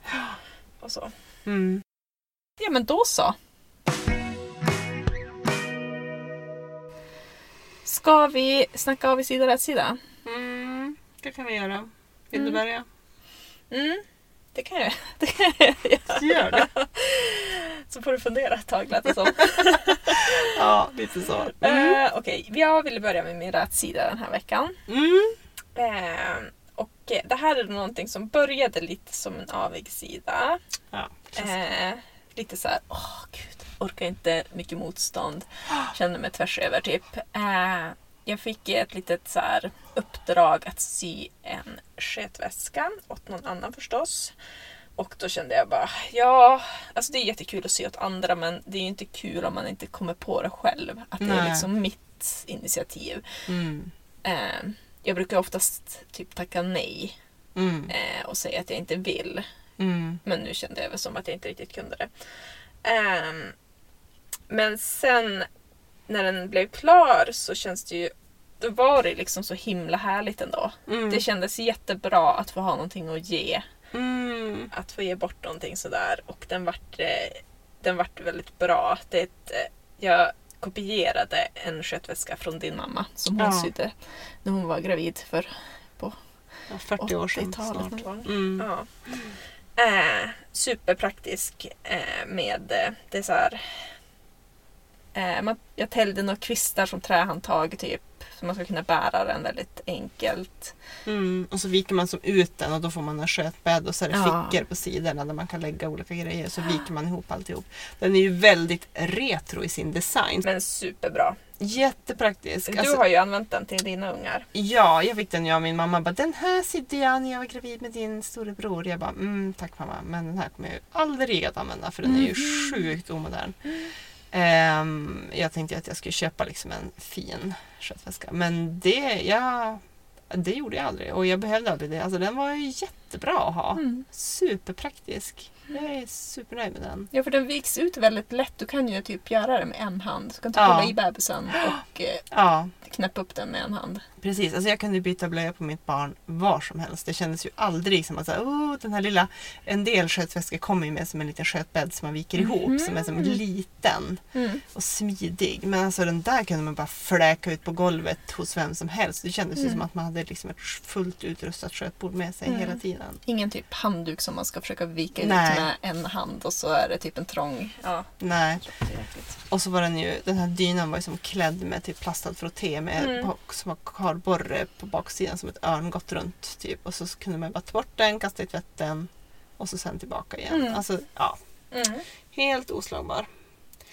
Speaker 2: Och så.
Speaker 1: Mm.
Speaker 2: Ja men då så. Ska vi snacka av i sida rätt sida?
Speaker 1: Mm. Det kan vi göra. Vill du
Speaker 2: Mm.
Speaker 1: börja?
Speaker 2: Mm, det kan jag. Det kan jag. göra.
Speaker 1: Gör det.
Speaker 2: Så får du fundera ett tag lät det som.
Speaker 1: Ja, lite så. Mm.
Speaker 2: Eh, Okej, jag ville börja med min rätsida den här veckan.
Speaker 1: Mm.
Speaker 2: Eh, och eh, det här är någonting som började lite som en avigsida.
Speaker 1: Ja.
Speaker 2: Eh, lite så här, åh gud, orkar inte mycket motstånd. Känner mig tvärs över typ. Eh, jag fick ett litet så här uppdrag att sy en skötväska åt någon annan förstås. Och då kände jag bara, ja, alltså det är jättekul att sy åt andra men det är ju inte kul om man inte kommer på det själv. Att det är
Speaker 1: Nej.
Speaker 2: liksom mitt initiativ.
Speaker 1: Mm.
Speaker 2: Eh, jag brukar oftast typ tacka nej
Speaker 1: Mm.
Speaker 2: eh, och säga att jag inte vill.
Speaker 1: Mm.
Speaker 2: Men nu kände jag väl som att jag inte riktigt kunde det. Ehm, men sen när den blev klar så känns det ju... Då var det liksom så himla härligt ändå.
Speaker 1: Mm.
Speaker 2: Det kändes jättebra att få ha någonting att ge.
Speaker 1: Mm.
Speaker 2: Att få ge bort någonting sådär. Och den vart, eh, den vart väldigt bra. Det är ett, eh, jag kopierade en skötväska från din mamma som hon
Speaker 1: Ja.
Speaker 2: sydde när hon var gravid för
Speaker 1: Ja, 40 år sedan
Speaker 2: 80-talet
Speaker 1: snart.
Speaker 2: någon gång.
Speaker 1: Mm.
Speaker 2: Ja. Eh, superpraktisk eh, med eh, det är så här, Eh, man, jag täljde några kvistar som trähandtag typ. Så man ska kunna bära den väldigt enkelt.
Speaker 1: Mm, och så viker man som ut den och då får man en skötbädd och så är det
Speaker 2: Ja.
Speaker 1: fickor på sidorna där man kan lägga olika grejer. Så viker man ihop alltihop. Den är ju väldigt retro i sin design.
Speaker 2: Men superbra.
Speaker 1: Jättepraktisk.
Speaker 2: Du
Speaker 1: Alltså,
Speaker 2: har ju använt den till dina ungar.
Speaker 1: Ja, jag fick den jag och min mamma bara den här sidde jag när jag var gravid med din storebror. Jag bara mm, tack mamma men den här kommer jag ju aldrig att använda för den är ju sjukt omodern. Ehm, jag tänkte att jag skulle köpa liksom en fin skötväska men det, ja, det gjorde jag aldrig och jag behövde aldrig det. Alltså den var ju jättebra att
Speaker 2: Mm.
Speaker 1: ha. Superpraktisk. Jag är supernöjd med den.
Speaker 2: Ja, för den viks ut väldigt lätt. Du kan ju typ göra det med en hand. Du kan typ
Speaker 1: Ja.
Speaker 2: hålla i bebisen och eh,
Speaker 1: Ja,
Speaker 2: knäppa upp den med en hand.
Speaker 1: Precis, alltså jag kunde byta blöja på mitt barn var som helst. Det kändes ju aldrig som att så här, oh, den här lilla... En del skötväskor kommer ju med som en liten skötbädd som man viker ihop, som är som liten
Speaker 2: Mm.
Speaker 1: och smidig. Men alltså den där kunde man bara fläka ut på golvet hos vem som helst. Det kändes ju som att man hade liksom ett fullt utrustat skötbord med sig hela tiden.
Speaker 2: Ingen typ handduk som man ska försöka vika ut
Speaker 1: Nej.
Speaker 2: med en hand och så är det typ en trång... Ja,
Speaker 1: Nej.
Speaker 2: det är jäkligt.
Speaker 1: Och så var den ju, den här dynan var ju som klädd med typ plastad frotté med
Speaker 2: Mm.
Speaker 1: bak- som var kardborre på baksidan som ett örn gått runt typ. Och så kunde man bara ta bort den, kasta i tvätten och så sen tillbaka igen.
Speaker 2: Mm.
Speaker 1: Alltså ja,
Speaker 2: Mm.
Speaker 1: helt oslagbar.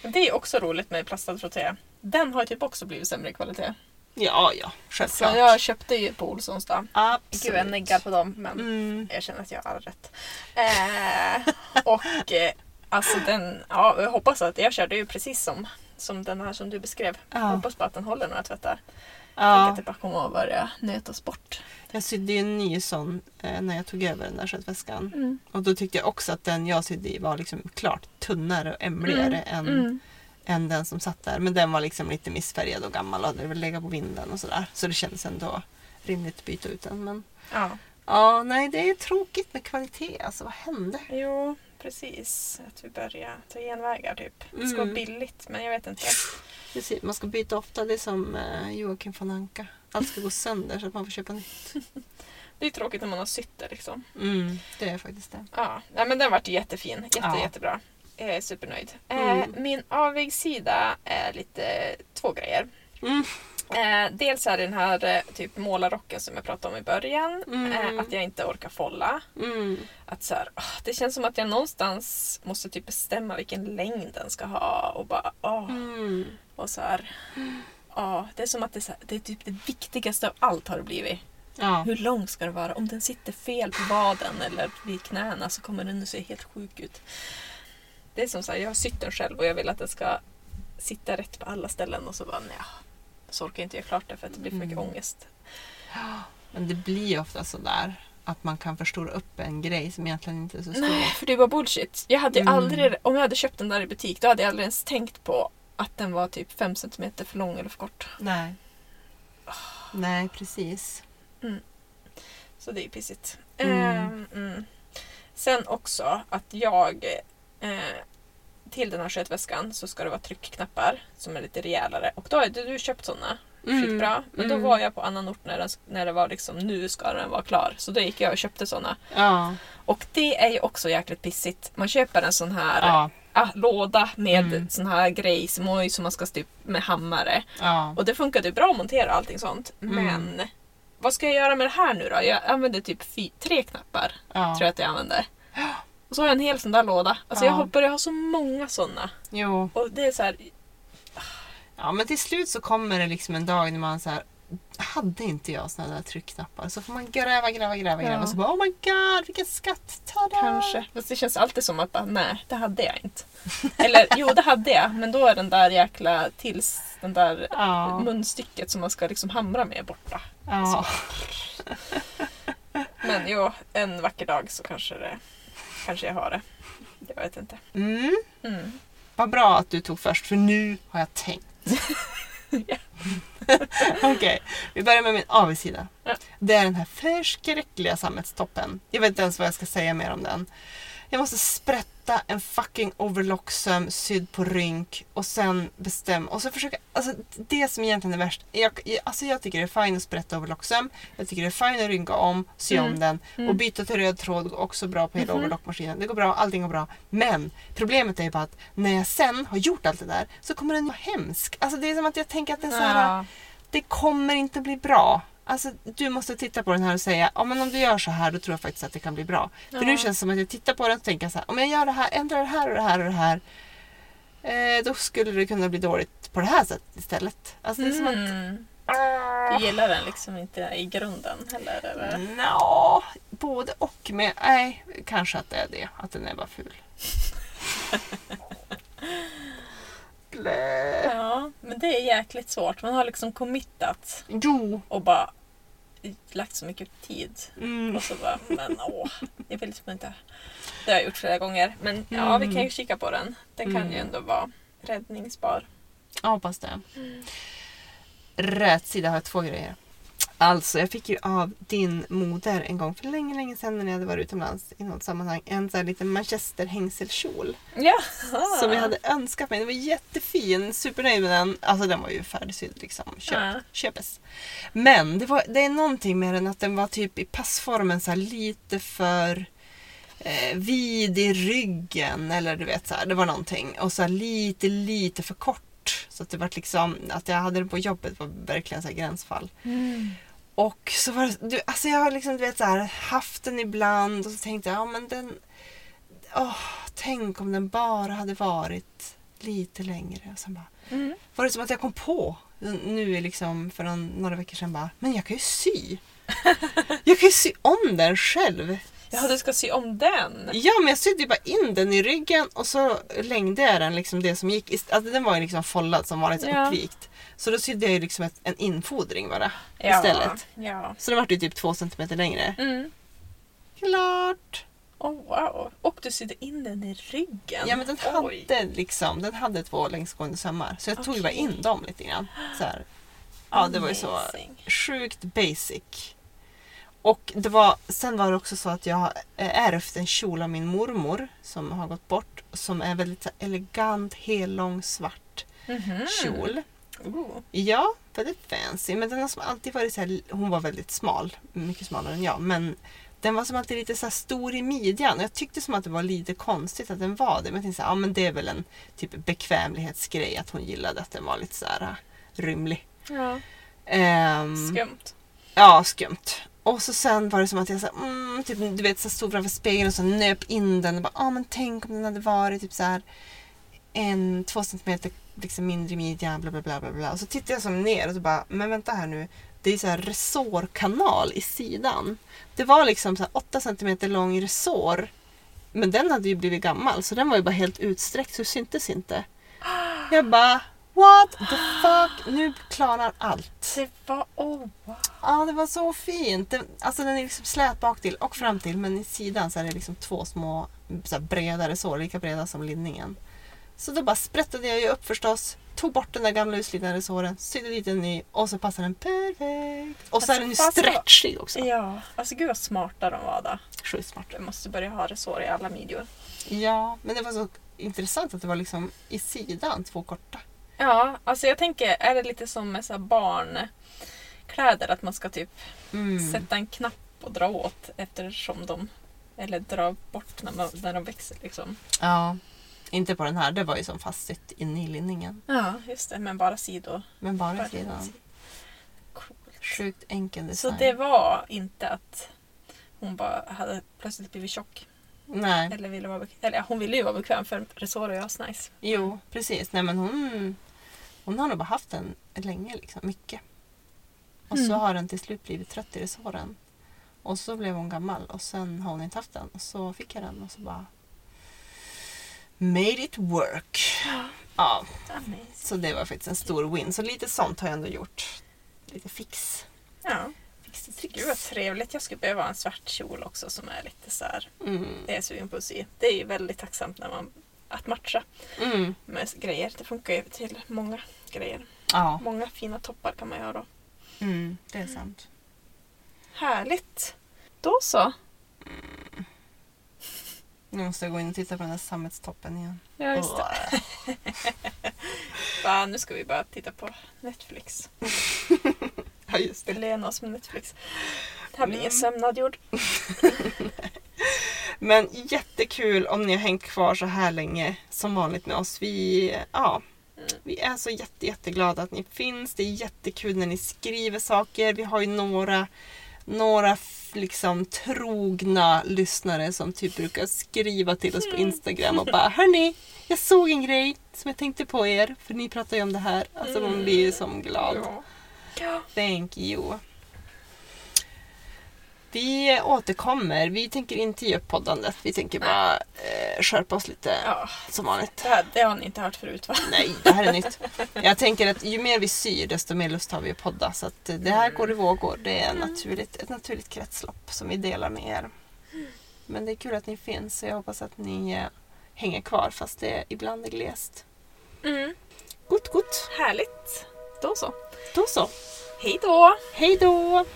Speaker 2: Det är också roligt med plastad frotté. Den har ju typ också blivit sämre kvalitet.
Speaker 1: Ja, ja,
Speaker 2: Så
Speaker 1: självklart.
Speaker 2: jag köpte ju på Olssons då.
Speaker 1: Absolut.
Speaker 2: Gud, jag neggar på dem. Men
Speaker 1: Mm.
Speaker 2: jag känner att jag har rätt. Eh, och eh, alltså den... Ja, jag hoppas att... Jag körde ju precis som, som den här som du beskrev.
Speaker 1: Ja.
Speaker 2: Jag hoppas bara att den håller när jag tvättar. Tänk
Speaker 1: Ja,
Speaker 2: att det bara kommer att börja nötas bort.
Speaker 1: jag sydde ju en ny sån eh, när jag tog över den där skötväskan. Och då tyckte jag också att den jag sydde i var liksom klart tunnare och ämligare än,
Speaker 2: Mm.
Speaker 1: än den som satt där. Men den var liksom lite missfärgad och gammal och hade väl legat på vinden och sådär. Så det kändes ändå rimligt att byta ut den. Men
Speaker 2: Ja.
Speaker 1: ja, nej det är tråkigt med kvalitet. Alltså vad hände?
Speaker 2: Jo, precis. Att vi börjar ta genvägar typ. Det ska vara
Speaker 1: Mm.
Speaker 2: billigt, men jag vet inte.
Speaker 1: Precis, man ska byta ofta. Det är som eh, Joakim von Anka. Allt ska gå sönder så att man får köpa nytt.
Speaker 2: Det är tråkigt när man har sytt det liksom.
Speaker 1: Mm, det är faktiskt det.
Speaker 2: Ja, nej, men den vart jättefin. Jätte,
Speaker 1: Ja.
Speaker 2: Jättebra. Jag är supernöjd. Eh,
Speaker 1: Mm.
Speaker 2: min avigsida är lite två grejer.
Speaker 1: Mm.
Speaker 2: Eh, dels är det den här eh, typ målarrocken som jag pratade om i början.
Speaker 1: Mm.
Speaker 2: Eh, att jag inte orkar folla.
Speaker 1: Mm.
Speaker 2: Att så här, ah, det känns som att jag någonstans måste typ bestämma vilken längd den ska ha. Och bara, åh,
Speaker 1: Mm.
Speaker 2: Och så här, ja, det är som att det, är så här, det är typ det viktigaste av allt har det blivit.
Speaker 1: Ja.
Speaker 2: Hur lång ska den vara? Om den sitter fel på vaden eller vid knäna så kommer den att se helt sjuk ut. Det är som så här, jag har sytt den själv och jag vill att den ska sitta rätt på alla ställen och så bara nej. Så orkar jag inte göra klart det för att det blir för mycket
Speaker 1: Mm.
Speaker 2: ångest.
Speaker 1: Men det blir ofta sådär att man kan förstora upp en grej som egentligen inte är så stor.
Speaker 2: Nej, för det var bullshit. Jag hade ju
Speaker 1: Mm.
Speaker 2: aldrig, om jag hade köpt den där i butik då hade jag aldrig ens tänkt på att den var typ 5 cm för lång eller för kort.
Speaker 1: Nej. Nej, precis.
Speaker 2: Så det är pissigt.
Speaker 1: Mm.
Speaker 2: Ehm, mm. Sen också att jag eh, till den här skötväskan så ska det vara tryckknappar som är lite rejälare. Och då har du, du köpt sådana. Skitbra. Men då
Speaker 1: mm.
Speaker 2: var jag på annan ort när, den, när det var liksom nu ska den vara klar. Så då gick jag och köpte sådana.
Speaker 1: Ja.
Speaker 2: Och det är ju också jäkligt pissigt. Man köper en sån här
Speaker 1: Ja.
Speaker 2: ah, låda med
Speaker 1: Mm.
Speaker 2: sån här grej, smoj som man ska typ med hammare.
Speaker 1: Ja.
Speaker 2: Och det funkade ju bra att montera och allting sånt.
Speaker 1: Mm.
Speaker 2: Men vad ska jag göra med det här nu då? Jag använder typ fy, tre knappar.
Speaker 1: ja.
Speaker 2: Tror jag att jag använder. Och så har jag en hel sån där låda. Alltså jag
Speaker 1: Ja.
Speaker 2: har börjat ha så många såna.
Speaker 1: Jo.
Speaker 2: Och det är så här,
Speaker 1: Ja, men till slut så kommer det liksom en dag när man så här hade inte jag såna där tryckknappar så får man gräva, gräva, gräva,
Speaker 2: Ja.
Speaker 1: gräva och så bara oh my god vilken skatt! Tada!
Speaker 2: kanske. Fast det känns alltid som att bara, nej, det hade jag inte. Eller jo, det hade jag. Men då är den där jäkla tills, den där
Speaker 1: Ja.
Speaker 2: Mm. munstycket som man ska liksom hamra med borta.
Speaker 1: ja.
Speaker 2: Men jo, en vacker dag så kanske det, kanske jag har det. Jag vet inte.
Speaker 1: Mm.
Speaker 2: Mm.
Speaker 1: Vad bra att du tog först för nu har jag tänkt.
Speaker 2: Ja.
Speaker 1: Okej, vi börjar med min avigsida.
Speaker 2: Ja.
Speaker 1: Det är den här förskräckliga sammetstoppen. Jag vet inte ens vad jag ska säga mer om den. Jag måste sprätta en fucking overlocksöm sydd på rynk och sen bestämma. Och så försöka, alltså det som egentligen är värst. Jag, jag- alltså jag tycker det är fine att sprätta overlocksöm. Jag tycker det är fine att rynka om, sy om
Speaker 2: Mm.
Speaker 1: den
Speaker 2: Mm.
Speaker 1: och byta till röd tråd går också bra på hela
Speaker 2: Mhm.
Speaker 1: overlockmaskinen. Det går bra, allting går bra. Men problemet är ju bara att när jag sen har gjort allt det där så kommer den vara hemsk. Alltså det är som att jag tänker att den så här, det kommer inte bli bra. Alltså, du måste titta på den här och säga, ja men om du gör så här då tror jag faktiskt att det kan bli bra. För nu
Speaker 2: Ja.
Speaker 1: känns det som att jag tittar på den och tänker så här, om jag gör det här, ändrar det här och det här och det här. Eh, då skulle det kunna bli dåligt på det här sättet istället. Alltså det är som att... Ah.
Speaker 2: Mm. Du gillar den liksom inte i grunden heller? Eller?
Speaker 1: Nja, både och. Men nej, kanske att det är det. Att den är bara ful. Blä.
Speaker 2: Ja, men det är jäkligt svårt. Man har liksom committat
Speaker 1: Jo.
Speaker 2: och bara lagt så mycket tid.
Speaker 1: Mm.
Speaker 2: Och så bara, men åh, jag vill liksom inte. Det har jag gjort flera gånger. Men ja, vi kan ju kika på den. Den kan ju
Speaker 1: Mm.
Speaker 2: ändå vara räddningsbar.
Speaker 1: Jag hoppas det. Rätt sida har jag två grejer. Alltså, jag fick ju av din moder en gång för länge, länge sedan när jag hade varit utomlands i något sammanhang en sån här liten manchester hängselkjol
Speaker 2: Ja. Ah.
Speaker 1: som jag hade önskat mig. Den var jättefin, supernöjd med den. Alltså den var ju färdigsydd liksom. Köp,
Speaker 2: Ja.
Speaker 1: Köpes. Men det, var, det är någonting med den att den var typ i passformen så här lite för eh, vid i ryggen eller du vet så här, det var någonting. Och så här lite, lite för kort. Så att det var liksom, att jag hade den på jobbet var verkligen så här gränsfall. Och så var det, du, alltså jag har liksom du vet så här, haft den ibland och så tänkte jag, ja men den, åh, tänk om den bara hade varit lite längre. Och sen bara,
Speaker 2: Mm.
Speaker 1: var det som att jag kom på nu är liksom för någon, några veckor sedan bara, men jag kan ju sy. jag kan ju sy om den själv.
Speaker 2: Jaha, du ska sy om den?
Speaker 1: Ja, men jag sydde ju bara in den i ryggen och så längde jag den liksom det som gick. ist- Alltså den var ju liksom follad som vanligt, så
Speaker 2: Ja.
Speaker 1: uppvikt. Så då sydde jag ju liksom ett, en infodring bara. Istället.
Speaker 2: Ja.
Speaker 1: Så den vart ju typ två centimeter längre.
Speaker 2: Mm.
Speaker 1: Klart!
Speaker 2: Oh, wow. Och du sydde in den i ryggen.
Speaker 1: Ja men den
Speaker 2: Oj.
Speaker 1: hade, liksom, den hade två längsgående sömmar. Så jag tog ju bara
Speaker 2: Okej.
Speaker 1: in dem lite grann. Så här. Ja, det var ju så
Speaker 2: Amazing.
Speaker 1: sjukt basic. Och det var, sen var det också så att jag har eh, ärvt en kjol av min mormor som har gått bort. Som är väldigt så här elegant, hellång, svart
Speaker 2: Mhm.
Speaker 1: kjol.
Speaker 2: Oh.
Speaker 1: Ja, väldigt fancy. Men den har som alltid varit så här, hon var väldigt smal, mycket smalare än jag. Men den var som alltid lite så här stor i midjan. Och Jag tyckte som att det var lite konstigt att den var det. Men jag tänkte så här, ja men det är väl en typ bekvämlighetsgrej att hon gillade att den var lite så här äh, rymlig.
Speaker 2: Ja.
Speaker 1: Ehm,
Speaker 2: Skumt.
Speaker 1: Ja, skumt. Och så sen var det som att jag så, här, mm, typ, du vet, så stod framför spegeln och så nöp in den. Och bara, ah, men tänk om den hade varit typ så här en, två centimeter liksom mindre i midjan. Bla, bla, bla, bla, bla. Och så tittade jag som ner och så bara, men vänta här nu. Det är så här resårkanal i sidan. Det var liksom så här åtta centimeter lång resår. Men den hade ju blivit gammal så den var ju bara helt utsträckt så det syntes inte. Jag bara, what the fuck? Nu klarar allt.
Speaker 2: Det var... Oh, wow.
Speaker 1: Ja, det var så fint. Den, alltså den är liksom slät bak till och fram till men i sidan så är det liksom två små så här bredare sår, lika breda som linningen. Så då bara sprättade jag ju upp förstås, tog bort den där gamla utslitna såren, sydde dit en ny och så passar den perfekt. Och så är den ju
Speaker 2: Alltså, fast-
Speaker 1: stretchig också.
Speaker 2: Ja. Alltså gud vad smarta de var då.
Speaker 1: Sjukt smart.
Speaker 2: Du måste börja ha resår i alla midjor.
Speaker 1: Ja, men det var så intressant att det var liksom i sidan två korta.
Speaker 2: Ja, alltså jag tänker, är det lite som med så här barnkläder? Att man ska typ
Speaker 1: Mm.
Speaker 2: sätta en knapp och dra åt eftersom de... Eller dra bort när, man, när de växer liksom.
Speaker 1: Ja, inte på den här. Det var ju som fastsytt inne i linningen.
Speaker 2: Ja, just det. Men bara sidor.
Speaker 1: Men bara i
Speaker 2: Bara
Speaker 1: sidan.
Speaker 2: Coolt.
Speaker 1: Sjukt enkel
Speaker 2: Så
Speaker 1: design.
Speaker 2: det var inte att hon bara hade plötsligt blivit tjock.
Speaker 1: Nej.
Speaker 2: Eller, ville vara bekväm. eller ja, hon ville ju vara bekväm för resår är ju asnice.
Speaker 1: Jo, precis. Nej, men hon, hon har nog bara haft den länge, liksom, mycket. Och så
Speaker 2: Mm.
Speaker 1: har den till slut blivit trött i resåren. Och så blev hon gammal och sen har hon inte haft den. Och så fick jag den och så bara... Made it work. Ja,
Speaker 2: Amazing.
Speaker 1: så det var faktiskt en stor win. Så lite sånt har jag ändå gjort. Lite fix.
Speaker 2: Ja.
Speaker 1: Fix och
Speaker 2: Gud vad
Speaker 1: trix.
Speaker 2: trevligt. Jag skulle behöva ha en svart kjol också som är lite så här
Speaker 1: Mm.
Speaker 2: Det är jag sugen på att sy. Det är ju väldigt tacksamt när man, att matcha
Speaker 1: Mm.
Speaker 2: med grejer. Det funkar ju till många grejer.
Speaker 1: Ja,
Speaker 2: Många fina toppar kan man göra då.
Speaker 1: mm. det är sant.
Speaker 2: Härligt! Då så!
Speaker 1: Nu måste jag gå in och titta på den här sammetstoppen igen.
Speaker 2: Ja, just det. Fan, nu ska vi bara titta på Netflix.
Speaker 1: Ja, just det.
Speaker 2: Belöna oss med Netflix. Det här blir
Speaker 1: Mm.
Speaker 2: ingen sömnadjord.
Speaker 1: Men jättekul om ni har hängt kvar så här länge som vanligt med oss. Vi, ja, vi är så jätte, jätteglada att ni finns. Det är jättekul när ni skriver saker. Vi har ju några, några f- liksom trogna lyssnare som typ brukar skriva till oss på Instagram och bara Hörni, jag såg en grej som jag tänkte på er, för ni pratar ju om det här. Alltså man blir ju som glad.
Speaker 2: Ja. Ja.
Speaker 1: Thank you. Vi återkommer. Vi tänker inte ge upp poddandet. Vi tänker bara eh, skärpa oss lite
Speaker 2: ja.
Speaker 1: som vanligt.
Speaker 2: Det, här, det har ni inte hört förut va?
Speaker 1: Nej, det här är nytt. Jag tänker att ju mer vi syr desto mer lust har vi att podda. Så att eh, det här går i vågor. Det är naturligt, ett naturligt kretslopp som vi delar med er. Men det är kul att ni finns och jag hoppas att ni eh, hänger kvar fast det ibland är glest.
Speaker 2: Mm.
Speaker 1: Gott, gott.
Speaker 2: Härligt. Då så.
Speaker 1: Då så.
Speaker 2: Hej då!
Speaker 1: Hej då!